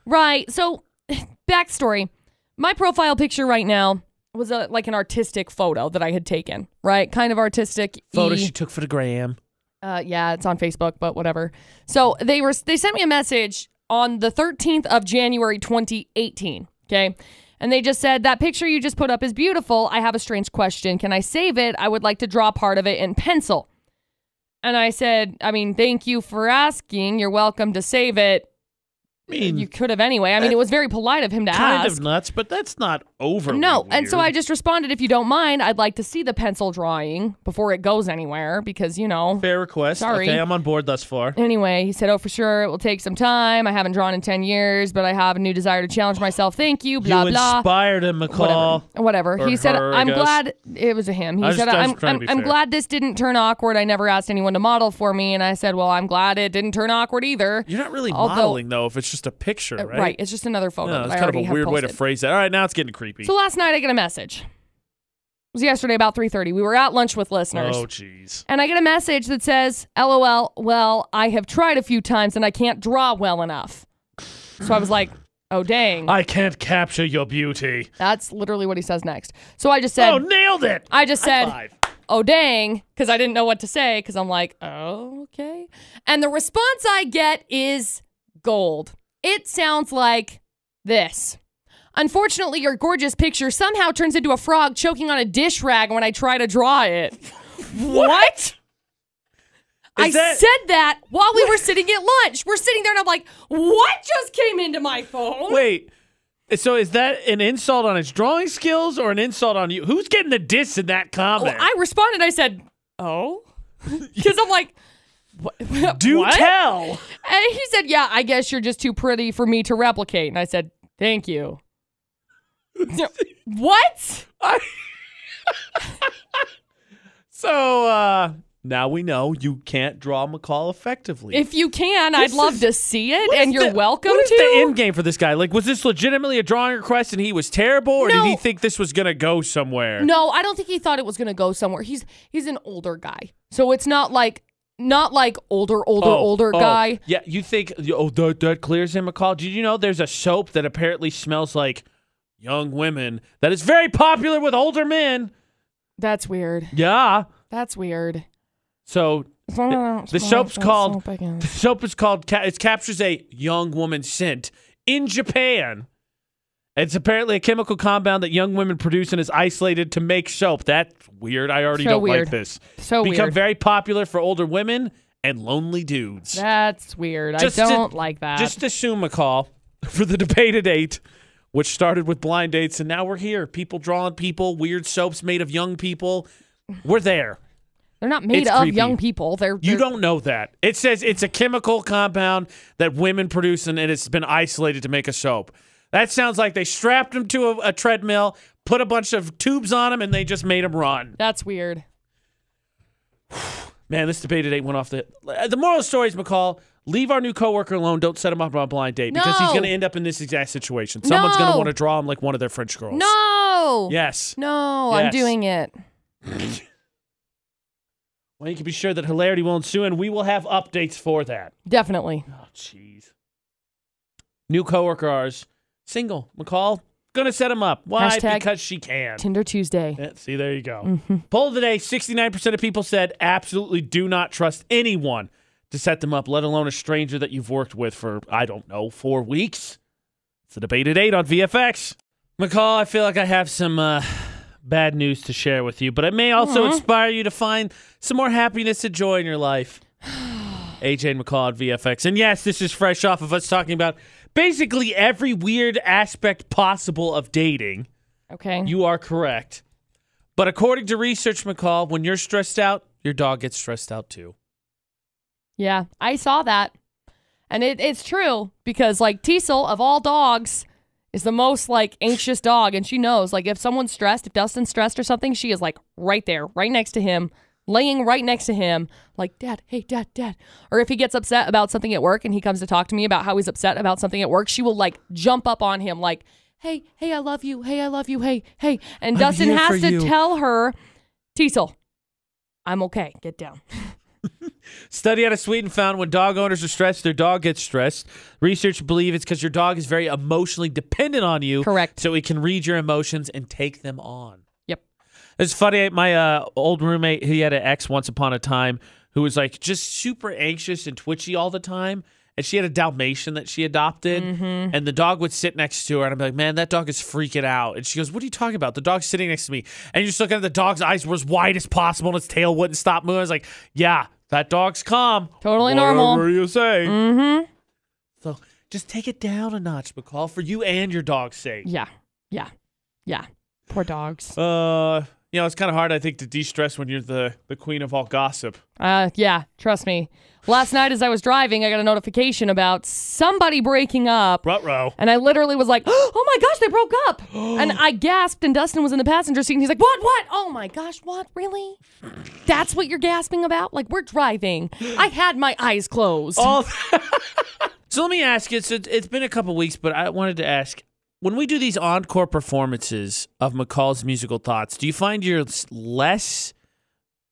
Speaker 2: Right. So, backstory: my profile picture right now was a, like an artistic photo that I had taken. Right, kind of artistic.
Speaker 1: Photo
Speaker 2: E.
Speaker 1: she took for the gram.
Speaker 2: Uh, yeah, it's on Facebook, but whatever. So they were they sent me a message on the 13th of January 2018. Okay. And they just said, That picture you just put up is beautiful. I have a strange question. Can I save it? I would like to draw part of it in pencil. And I said, I mean, thank you for asking. You're welcome to save it.
Speaker 1: mean,
Speaker 2: you could have anyway. I mean, it was very polite of him to
Speaker 1: Kind
Speaker 2: ask.
Speaker 1: of nuts, but that's not over.
Speaker 2: No, and so I just responded, if you don't mind, I'd like to see the pencil drawing before it goes anywhere because, you know,
Speaker 1: fair request.
Speaker 2: Sorry.
Speaker 1: Okay, I'm on board thus far.
Speaker 2: Anyway, he said, "Oh, for sure, it will take some time. I haven't drawn in ten years, but I have a new desire to challenge myself. Thank you, blah
Speaker 1: you
Speaker 2: blah."
Speaker 1: inspired him, McCall.
Speaker 2: Whatever.
Speaker 1: Or
Speaker 2: He said,
Speaker 1: her, I
Speaker 2: "I'm
Speaker 1: guess.
Speaker 2: glad it was a him." He
Speaker 1: I was
Speaker 2: said,
Speaker 1: just- I was
Speaker 2: "I'm
Speaker 1: trying to
Speaker 2: I'm,
Speaker 1: be
Speaker 2: I'm
Speaker 1: fair.
Speaker 2: glad this didn't turn awkward. I never asked anyone to model for me." And I said, "Well, I'm glad it didn't turn awkward either."
Speaker 1: You're not really
Speaker 2: Although- Uh,
Speaker 1: modeling though, if it's just a picture, right?
Speaker 2: It's just another
Speaker 1: No,
Speaker 2: photo. that
Speaker 1: that's
Speaker 2: I
Speaker 1: kind of
Speaker 2: already
Speaker 1: a
Speaker 2: have
Speaker 1: weird way to
Speaker 2: posted.
Speaker 1: phrase that. All right, now it's getting creepy.
Speaker 2: So last night I get a message. It was yesterday about three thirty. We were at lunch with listeners.
Speaker 1: oh, jeez.
Speaker 2: And I get a message that says, LOL, well, I have tried a few times and I can't draw well enough. So I was like, oh, dang.
Speaker 1: I can't capture your beauty.
Speaker 2: That's literally what he says next. So I just said,
Speaker 1: oh, nailed it!
Speaker 2: I just said,
Speaker 1: Five.
Speaker 2: oh, dang, because I didn't know what to say because I'm like, oh, okay. And the response I get is gold. It sounds like this. Unfortunately, your gorgeous picture somehow turns into a frog choking on a dish rag when I try to draw it. what? I
Speaker 1: Is that-
Speaker 2: said that while we were sitting at lunch. We're sitting there and I'm like, what just came into my phone?
Speaker 1: Wait. So is that an insult on his drawing skills or an insult on you? Who's getting the diss in that
Speaker 2: Well,
Speaker 1: comment?
Speaker 2: I responded, I said, oh? Because I'm like, what?
Speaker 1: Do
Speaker 2: what?
Speaker 1: tell.
Speaker 2: And he said, yeah, I guess you're just too pretty for me to replicate. And I said, thank you. what?
Speaker 1: So uh now we know you can't draw McCall effectively.
Speaker 2: If you can, I'd
Speaker 1: This
Speaker 2: love
Speaker 1: is-
Speaker 2: to see it,
Speaker 1: What
Speaker 2: and
Speaker 1: is
Speaker 2: you're
Speaker 1: the-
Speaker 2: welcome
Speaker 1: What is
Speaker 2: to.
Speaker 1: the end game for this guy? Like, was this legitimately a drawing request and he was terrible, or did
Speaker 2: No.
Speaker 1: he think this was gonna go somewhere?
Speaker 2: No, I don't think he thought it was going to go somewhere. He's he's an older guy, so it's not like not like older, older, older
Speaker 1: oh.
Speaker 2: guy.
Speaker 1: Yeah, you think oh that, that clears him a call? Did you know there's a soap that apparently smells like young women that is very popular with older men?
Speaker 2: That's weird.
Speaker 1: Yeah.
Speaker 2: That's weird.
Speaker 1: So the soap's called
Speaker 2: Soap, I
Speaker 1: the
Speaker 2: guess.
Speaker 1: soap is called ca- it captures a young woman scent in Japan. It's apparently a chemical compound that young women produce and is isolated to make soap. That's weird. I already
Speaker 2: So
Speaker 1: don't
Speaker 2: weird.
Speaker 1: like this.
Speaker 2: So
Speaker 1: Become
Speaker 2: weird.
Speaker 1: very popular for older women and lonely dudes.
Speaker 2: That's weird.
Speaker 1: Just
Speaker 2: I
Speaker 1: to-
Speaker 2: don't like that.
Speaker 1: Just assume a call for the debate at eight, which started with blind dates, and now we're here. People drawing people, weird soaps made of young people. We're there.
Speaker 2: They're not made
Speaker 1: it's
Speaker 2: of
Speaker 1: creepy.
Speaker 2: young people. They're,
Speaker 1: You
Speaker 2: they're-
Speaker 1: don't know that. It says it's a chemical compound that women produce, and it's been isolated to make a soap. That sounds like they strapped them to a, a treadmill, put a bunch of tubes on them, and they just made them run.
Speaker 2: That's weird.
Speaker 1: Man, this debate today went off the. The moral of the story is McCall. Leave our new coworker alone. Don't set him up on a blind date because he's
Speaker 2: No.
Speaker 1: going to end up in this exact situation. Someone's going to
Speaker 2: No.
Speaker 1: want to draw him like one of their French girls.
Speaker 2: No.
Speaker 1: Yes.
Speaker 2: No, I'm
Speaker 1: Yes.
Speaker 2: doing it.
Speaker 1: Well, you can be sure that hilarity will ensue, and we will have updates for that.
Speaker 2: Definitely.
Speaker 1: Oh, jeez. New coworker ours, single. McCall, gonna set him up. Why?
Speaker 2: Hashtag
Speaker 1: because she can.
Speaker 2: Tinder Tuesday.
Speaker 1: Yeah, Eh, see, there you go. Poll today: sixty-nine percent of people said absolutely do not trust anyone to set them up, let alone a stranger that you've worked with for I don't know four weeks. It's the debate at eight on VFX. McCall, I feel like I have some uh, bad news to share with you, but it may also inspire you to find some more happiness and joy in your life. AJ and McCall at VFX. And yes, this is fresh off of us talking about basically every weird aspect possible of dating.
Speaker 2: Okay.
Speaker 1: You are correct. But according to research, McCall, when you're stressed out, your dog gets stressed out too.
Speaker 2: yeah, I saw that. And it, it's true because, like, Teasel, of all dogs, is the most, like, anxious dog. And she knows, like, if someone's stressed, if Dustin's stressed or something, she is, like, right there, right next to him, laying right next to him, like, Dad, hey, Dad, Dad. Or if he gets upset about something at work and he comes to talk to me about how he's upset about something at work, she will, like, jump up on him, like, Hey, hey, I love you. Hey, I love you. Hey, hey. And Dustin
Speaker 1: here
Speaker 2: has
Speaker 1: for
Speaker 2: to
Speaker 1: you.
Speaker 2: tell her, Teasel, I'm okay. Get down.
Speaker 1: Study out of Sweden found when dog owners are stressed, their dog gets stressed. Research believe it's because your dog is very emotionally dependent on you.
Speaker 2: Correct.
Speaker 1: So it can read your emotions and take them on.
Speaker 2: Yep.
Speaker 1: It's funny. My uh, old roommate, he had an ex once upon a time who was like just super anxious and twitchy all the time. And she had a Dalmatian that she adopted.
Speaker 2: Mm-hmm.
Speaker 1: And the dog would sit next to her. And I'm like, man, that dog is freaking out. And she goes, what are you talking about? The dog's sitting next to me. And you're just looking at the dog's eyes were as wide as possible and its tail wouldn't stop moving. I was like, yeah, that dog's calm.
Speaker 2: Totally
Speaker 1: Whatever
Speaker 2: normal.
Speaker 1: you say.
Speaker 2: Mm-hmm.
Speaker 1: So just take it down a notch, McCall, for you and your dog's sake.
Speaker 2: Yeah. Yeah. Yeah. Poor dogs.
Speaker 1: Uh, you know, it's kind of hard, I think, to de-stress when you're the the queen of all gossip.
Speaker 2: Uh, yeah. Trust me. Last night, as I was driving, I got a notification about somebody breaking up.
Speaker 1: Rutro.
Speaker 2: And I literally was like, oh my gosh, they broke up. and I gasped, and Dustin was in the passenger seat, and he's like, what, what? Oh my gosh, what? Really? That's what you're gasping about? Like, we're driving. I had my eyes closed.
Speaker 1: All. so let me ask you. So it's, it's been a couple weeks, but I wanted to ask. When we do these encore performances of McCall's musical thoughts, do you find you're s- less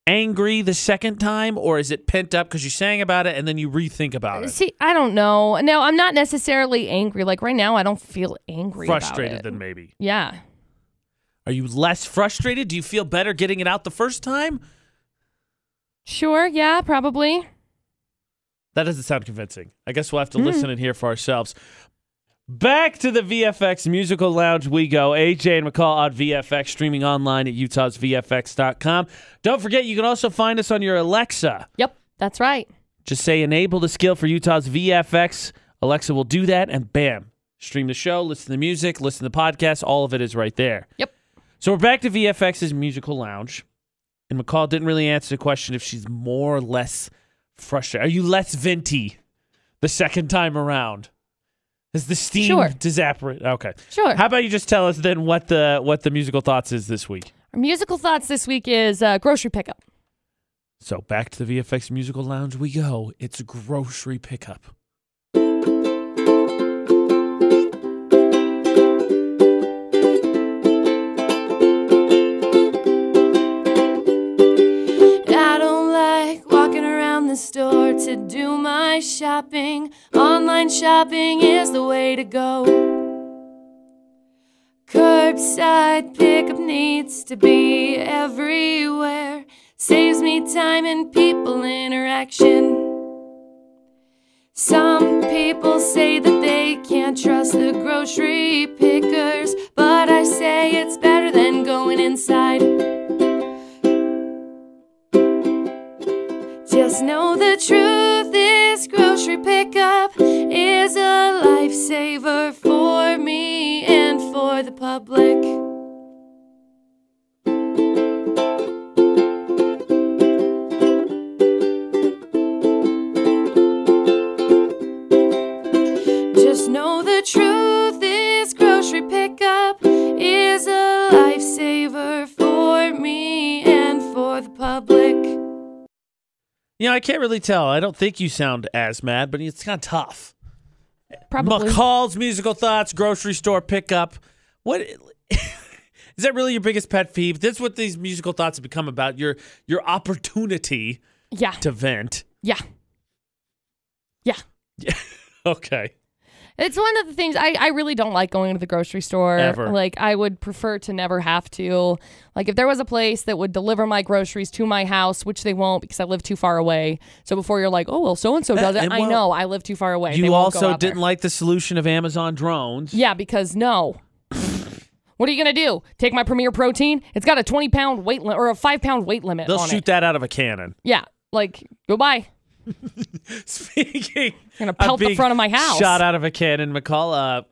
Speaker 1: angry the second time, or is it pent up because you sang about it and then you rethink about it?
Speaker 2: See, I don't know. No, I'm not necessarily angry. Like, right now, I don't feel angry. about
Speaker 1: Frustrated
Speaker 2: it.
Speaker 1: than maybe.
Speaker 2: Yeah.
Speaker 1: Are you less frustrated? Do you feel better getting it out the first time?
Speaker 2: Sure. Yeah, probably.
Speaker 1: That doesn't sound convincing. I guess we'll have to listen and hear for ourselves. Back to the VFX Musical Lounge we go. AJ and McCall on VFX, streaming online at utahsvfx.com. Don't forget, you can also find us on your Alexa.
Speaker 2: Yep, that's right.
Speaker 1: Just say enable the skill for Utah's VFX. Alexa will do that, and bam, stream the show, listen to the music, listen to the podcast. All of it is right there.
Speaker 2: Yep.
Speaker 1: So we're back to VFX's Musical Lounge. And McCall didn't really answer the question if she's more or less frustrated. Are you less venti the second time around? Is the steam
Speaker 2: Sure.
Speaker 1: disapparate? Okay.
Speaker 2: Sure.
Speaker 1: How about you just tell us then what the what the musical thoughts is this week?
Speaker 2: Our musical thoughts this week is uh, grocery pickup.
Speaker 1: So back to the VFX Musical Lounge we go. It's grocery pickup.
Speaker 8: I don't like walking around the store to do my shopping. Online shopping is the way to go. Curbside pickup needs to be everywhere. Saves me time and people interaction. Some people say that they can't trust the grocery pickers, but I say it's better than going inside. Just know the truth is grocery pickup is a lifesaver for me and for the public. Just know the truth is grocery pickup is a lifesaver for me and for the public.
Speaker 1: You know, I can't really tell. I don't think you sound as mad, but it's kind of tough.
Speaker 2: Probably.
Speaker 1: McCall's musical thoughts, grocery store pickup. What is that really your biggest pet peeve? That's what these musical thoughts have become about. Your your opportunity
Speaker 2: yeah,
Speaker 1: to vent.
Speaker 2: yeah, yeah.
Speaker 1: Okay.
Speaker 2: It's one of the things I, I really don't like going to the grocery store.
Speaker 1: Ever.
Speaker 2: Like I would prefer to never have to. Like if there was a place that would deliver my groceries to my house, which they won't because I live too far away. So before you're like, oh well, so and so does it.
Speaker 1: and
Speaker 2: I
Speaker 1: well,
Speaker 2: know I live too far away. They
Speaker 1: Eh, You
Speaker 2: won't go
Speaker 1: also
Speaker 2: out there.
Speaker 1: didn't like the solution of Amazon drones.
Speaker 2: Yeah, because no. what are you gonna do? Take my Premier Protein? It's got a twenty pound weight limit or a five pound weight limit.
Speaker 1: They'll
Speaker 2: on
Speaker 1: shoot
Speaker 2: it.
Speaker 1: that out of a cannon.
Speaker 2: Yeah, like goodbye.
Speaker 1: Speaking,
Speaker 2: Gonna pelt the
Speaker 1: being
Speaker 2: front of my house.
Speaker 1: Shot out of a cannon, McCall. Uh,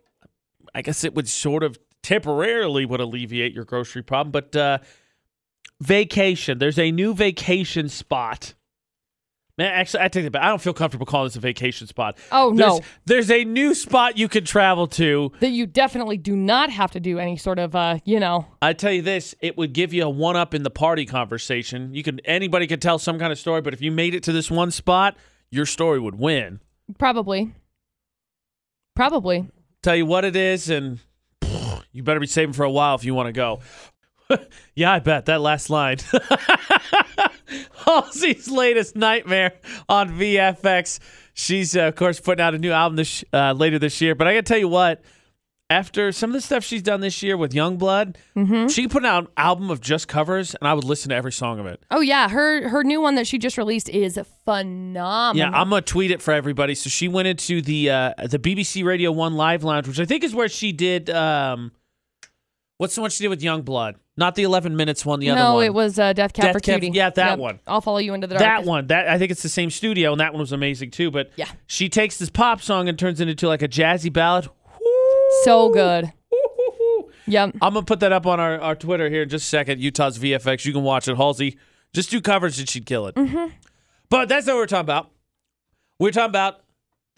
Speaker 1: I guess it would sort of temporarily would alleviate your grocery problem, but uh, vacation. There's a new vacation spot. Man, actually, I take that back. I don't feel comfortable calling this a vacation spot.
Speaker 2: Oh,
Speaker 1: There's-
Speaker 2: no.
Speaker 1: There's a new spot you can travel to.
Speaker 2: That you definitely do not have to do any sort of uh, you know.
Speaker 1: I tell you this, it would give you a one up in the party conversation. You could anybody could tell some kind of story, but if you made it to this one spot, your story would win.
Speaker 2: Probably. Probably.
Speaker 1: Tell you what it is, and you better be saving for a while if you want to go. yeah, I bet that last line. Halsey's latest nightmare on VFX. She's uh, of course putting out a new album this uh, later this year. But I gotta tell you what, after some of the stuff she's done this year with Youngblood, she put out an album of just covers, and I would listen to every song of it.
Speaker 2: Oh yeah, her her new one that she just released is phenomenal.
Speaker 1: Yeah, I'm gonna tweet it for everybody. So she went into the uh, the BBC Radio One Live Lounge, which I think is where she did um, what's the one she did with Youngblood? Not the 11 minutes one, the other
Speaker 2: no,
Speaker 1: one.
Speaker 2: it was uh, Death Cab
Speaker 1: Death
Speaker 2: for
Speaker 1: Cab-
Speaker 2: Cutie.
Speaker 1: yeah, that one.
Speaker 2: I'll follow you into the dark.
Speaker 1: that one. That I think it's the same studio, and that one was amazing too. But
Speaker 2: Yeah.
Speaker 1: she takes this pop song and turns it into like a jazzy ballad. Woo!
Speaker 2: So good. Yep.
Speaker 1: I'm gonna put that up on our, our Twitter here in just a second. Utah's VFX. You can watch it. Halsey, just do covers and she'd kill it. But that's not what we're talking about. We're talking about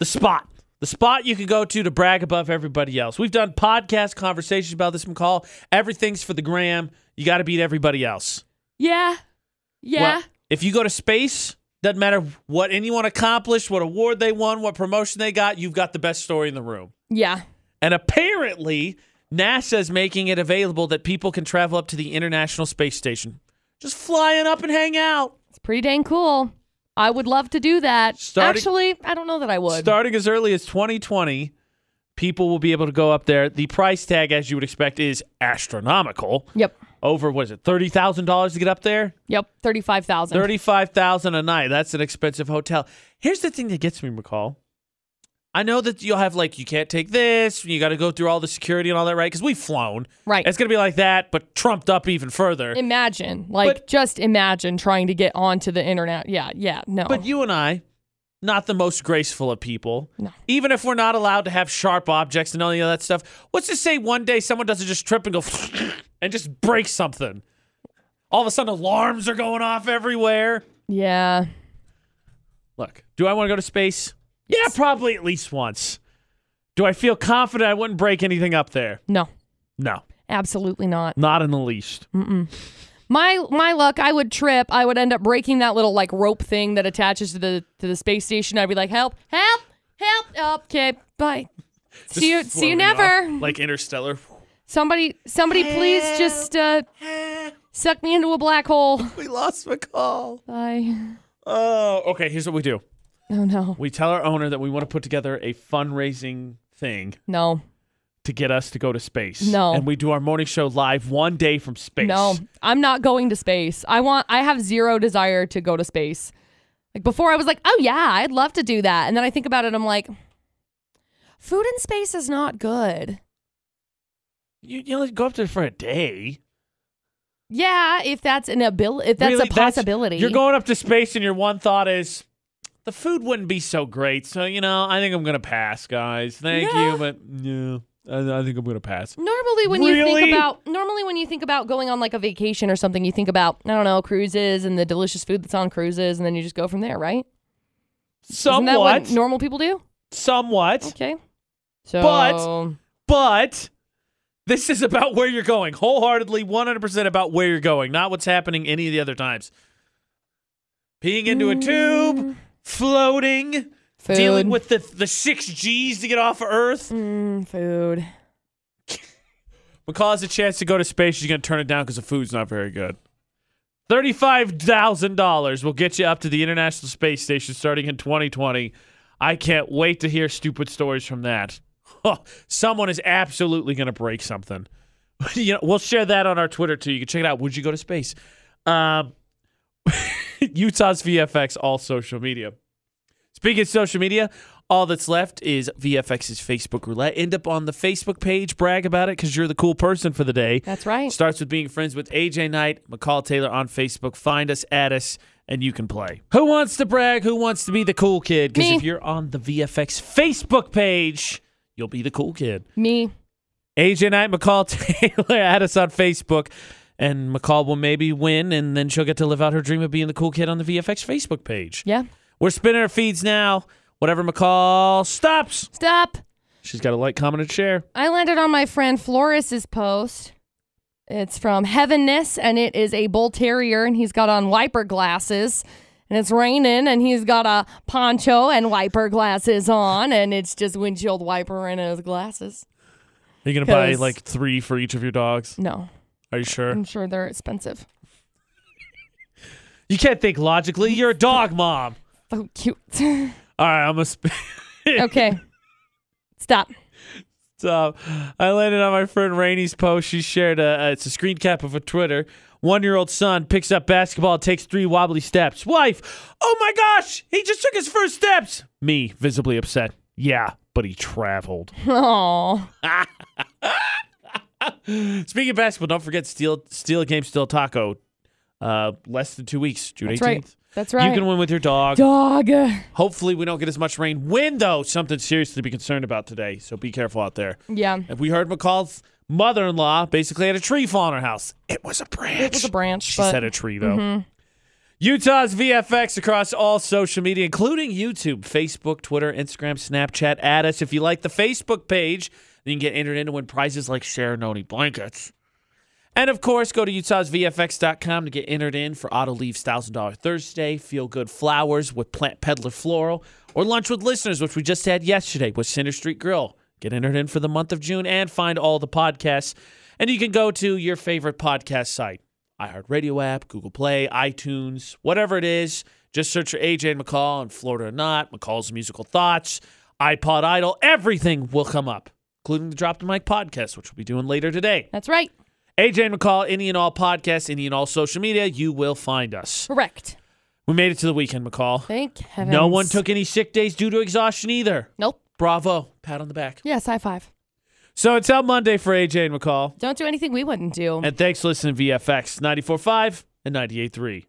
Speaker 1: the spot. The spot you can go to to brag above everybody else. We've done podcast conversations about this, McCall. Everything's for the gram. You got to beat everybody else.
Speaker 2: Yeah. Yeah.
Speaker 1: Well, if you go to space, doesn't matter what anyone accomplished, what award they won, what promotion they got, you've got the best story in the room.
Speaker 2: yeah.
Speaker 1: And apparently, NASA's making it available that people can travel up to the International Space Station. Just flying up and hang out.
Speaker 2: It's pretty dang cool. I would love to do that.
Speaker 1: Starting-
Speaker 2: Actually, I don't know that I would.
Speaker 1: Starting as early as 2020, people will be able to go up there. The price tag, as you would expect, is astronomical.
Speaker 2: yep.
Speaker 1: Over, what is it, $30,000 to get up there?
Speaker 2: Yep. Thirty-five thousand.
Speaker 1: $35,000 a night. That's an expensive hotel. Here's the thing that gets me, McCall. I know that you'll have, like, you can't take this, you got to go through all the security and all that, right? Because we've flown.
Speaker 2: Right.
Speaker 1: It's going to be like that, but trumped up even further.
Speaker 2: Imagine, like,
Speaker 1: But-
Speaker 2: just imagine trying to get onto the internet. Yeah. Yeah. No.
Speaker 1: But you and I, not the most graceful of people.
Speaker 2: No.
Speaker 1: Even if we're not allowed to have sharp objects and all of that stuff, what's to say one day someone doesn't just trip and go and just break something? All of a sudden, alarms are going off everywhere.
Speaker 2: yeah.
Speaker 1: Look, do I want to go to space? Yeah, probably at least once. Do I feel confident I wouldn't break anything up there?
Speaker 2: No.
Speaker 1: No,
Speaker 2: Absolutely not.
Speaker 1: not in the least.
Speaker 2: My my luck, I would trip. I would end up breaking that little like rope thing that attaches to the to the space station. I'd be like, help, help, help. Oh, Okay, bye. see you.
Speaker 1: Just
Speaker 2: See you
Speaker 1: floating off
Speaker 2: never.
Speaker 1: Like interstellar.
Speaker 2: Somebody, somebody, please just uh, suck me into a black hole.
Speaker 1: We lost McCall.
Speaker 2: Bye.
Speaker 1: Oh, okay. Here's what we do.
Speaker 2: Oh no,
Speaker 1: We tell our owner that we want to put together a fundraising thing
Speaker 2: no,
Speaker 1: to get us to go to space.
Speaker 2: No.
Speaker 1: And we do our morning show live one day from space.
Speaker 2: no. I'm not going to space. I want. I have zero desire to go to space. Like before, I was like, oh yeah, I'd love to do that, and then I think about it, I'm like, food in space is not good.
Speaker 1: You, you only go up there for a day.
Speaker 2: Yeah, if that's an ability, if that's
Speaker 1: Really,
Speaker 2: a possibility.
Speaker 1: you're going up to space and your one thought is, the food wouldn't be so great. So, you know, I think I'm going to pass, guys. Thank
Speaker 2: Yeah.
Speaker 1: you. But, yeah, I, I think I'm going to pass.
Speaker 2: Normally, when you
Speaker 1: Really?
Speaker 2: think about normally when you think about going on like a vacation or something, you think about I don't know cruises and the delicious food that's on cruises, and then you just go from there, right? Isn't that
Speaker 1: Somewhat.
Speaker 2: what normal people do?
Speaker 1: somewhat.
Speaker 2: Okay, so
Speaker 1: But- But this is about where you're going. Wholeheartedly, 100% about where you're going, not what's happening any of the other times. Peeing into a tube, floating,
Speaker 2: Mm. food,
Speaker 1: dealing with the, the six G's to get off of Earth.
Speaker 2: Mm, food.
Speaker 1: McCall has a chance to go to space. She's going to turn it down because the food's not very good. $35,000 will get you up to the International Space Station starting in 2020. I can't wait to hear stupid stories from that. someone is absolutely going to break something. you know, we'll share that on our Twitter too. You can check it out. Would you go to space? Um, Utah's VFX, all social media. Speaking of social media, all that's left is VFX's Facebook roulette. End up on the Facebook page, brag about it because you're the cool person for the day.
Speaker 6: That's right.
Speaker 1: Starts with being friends with AJ Knight, McCall Taylor on Facebook. Find us, add us, and you can play. Who wants to brag? Who wants to be the cool kid? Because
Speaker 6: Me.
Speaker 1: if you're on the VFX Facebook page, you'll be the cool kid.
Speaker 6: Me.
Speaker 1: AJ Knight, McCall Taylor, add us on Facebook. And McCall will maybe win, and then she'll get to live out her dream of being the cool kid on the VFX Facebook page.
Speaker 6: Yeah.
Speaker 1: We're spinning our feeds now. Whatever McCall stops,
Speaker 6: Stop.
Speaker 1: she's got to like, comment, and share.
Speaker 6: I landed on my friend Floris's post. It's from Heavenness, and it is a bull terrier, and he's got on wiper glasses. And it's raining, and he's got a poncho and wiper glasses on, and it's just windshield wiper in his glasses.
Speaker 1: Are you going to buy
Speaker 6: 'Cause-
Speaker 1: like three for each of your dogs?
Speaker 6: No,
Speaker 1: Are you sure?
Speaker 6: I'm sure they're expensive.
Speaker 1: You can't think logically. You're a dog mom.
Speaker 6: Oh, cute.
Speaker 1: All right, I'm going to spin.
Speaker 6: okay. Stop.
Speaker 1: So I landed on my friend Rainey's post. She shared a, a- it's a screen cap of a Twitter. One year old son picks up basketball, takes three wobbly steps. Wife, oh my gosh, he just took his first steps. Me, visibly upset. Yeah, but he traveled.
Speaker 6: Oh,
Speaker 1: Speaking of basketball, don't forget steal steal a game, steal a taco. Uh, less than two weeks, June
Speaker 6: that's
Speaker 1: 18th.
Speaker 6: right. That's right.
Speaker 1: You can win with your dog.
Speaker 6: Dog.
Speaker 1: Hopefully, we don't get as much rain. Wind though, something seriously to be concerned about today. So be careful out there.
Speaker 6: Yeah.
Speaker 1: If we heard McCall's mother in law basically had a tree fall on her house. It was a branch.
Speaker 6: It was a branch.
Speaker 1: She
Speaker 6: but Mm-hmm.
Speaker 1: said a tree, though. Utah's VFX across all social media, including YouTube, Facebook, Twitter, Instagram, Snapchat. Add us if you like the Facebook page. Then you can get entered in to win prizes like Sharononi blankets. And of course, go to utahsvfx.com to get entered in for Auto Leaves $1,000 Thursday, Feel Good Flowers with Plant Peddler Floral, or Lunch with Listeners, which we just had yesterday with Center Street Grill. Get entered in for the month of June and find all the podcasts. And you can go to your favorite podcast site iHeartRadio app, Google Play, iTunes, whatever it is. Just search for AJ and McCall and Florida or Not, McCall's Musical Thoughts, iPod Idol. Everything will come up, including the Drop the Mic podcast, which we'll be doing later today.
Speaker 6: That's right.
Speaker 1: AJ and McCall, Any and All podcast, Any and All social media, you will find us.
Speaker 6: Correct.
Speaker 1: We made it to the weekend, McCall.
Speaker 6: Thank heavens.
Speaker 1: No one took any sick days due to exhaustion either.
Speaker 6: Nope.
Speaker 1: Bravo. Pat on the back.
Speaker 6: Yes, high five.
Speaker 1: So until Monday for AJ and McCall.
Speaker 6: Don't do anything we wouldn't do.
Speaker 1: And thanks for listening to VFX 94.5 and 98.3.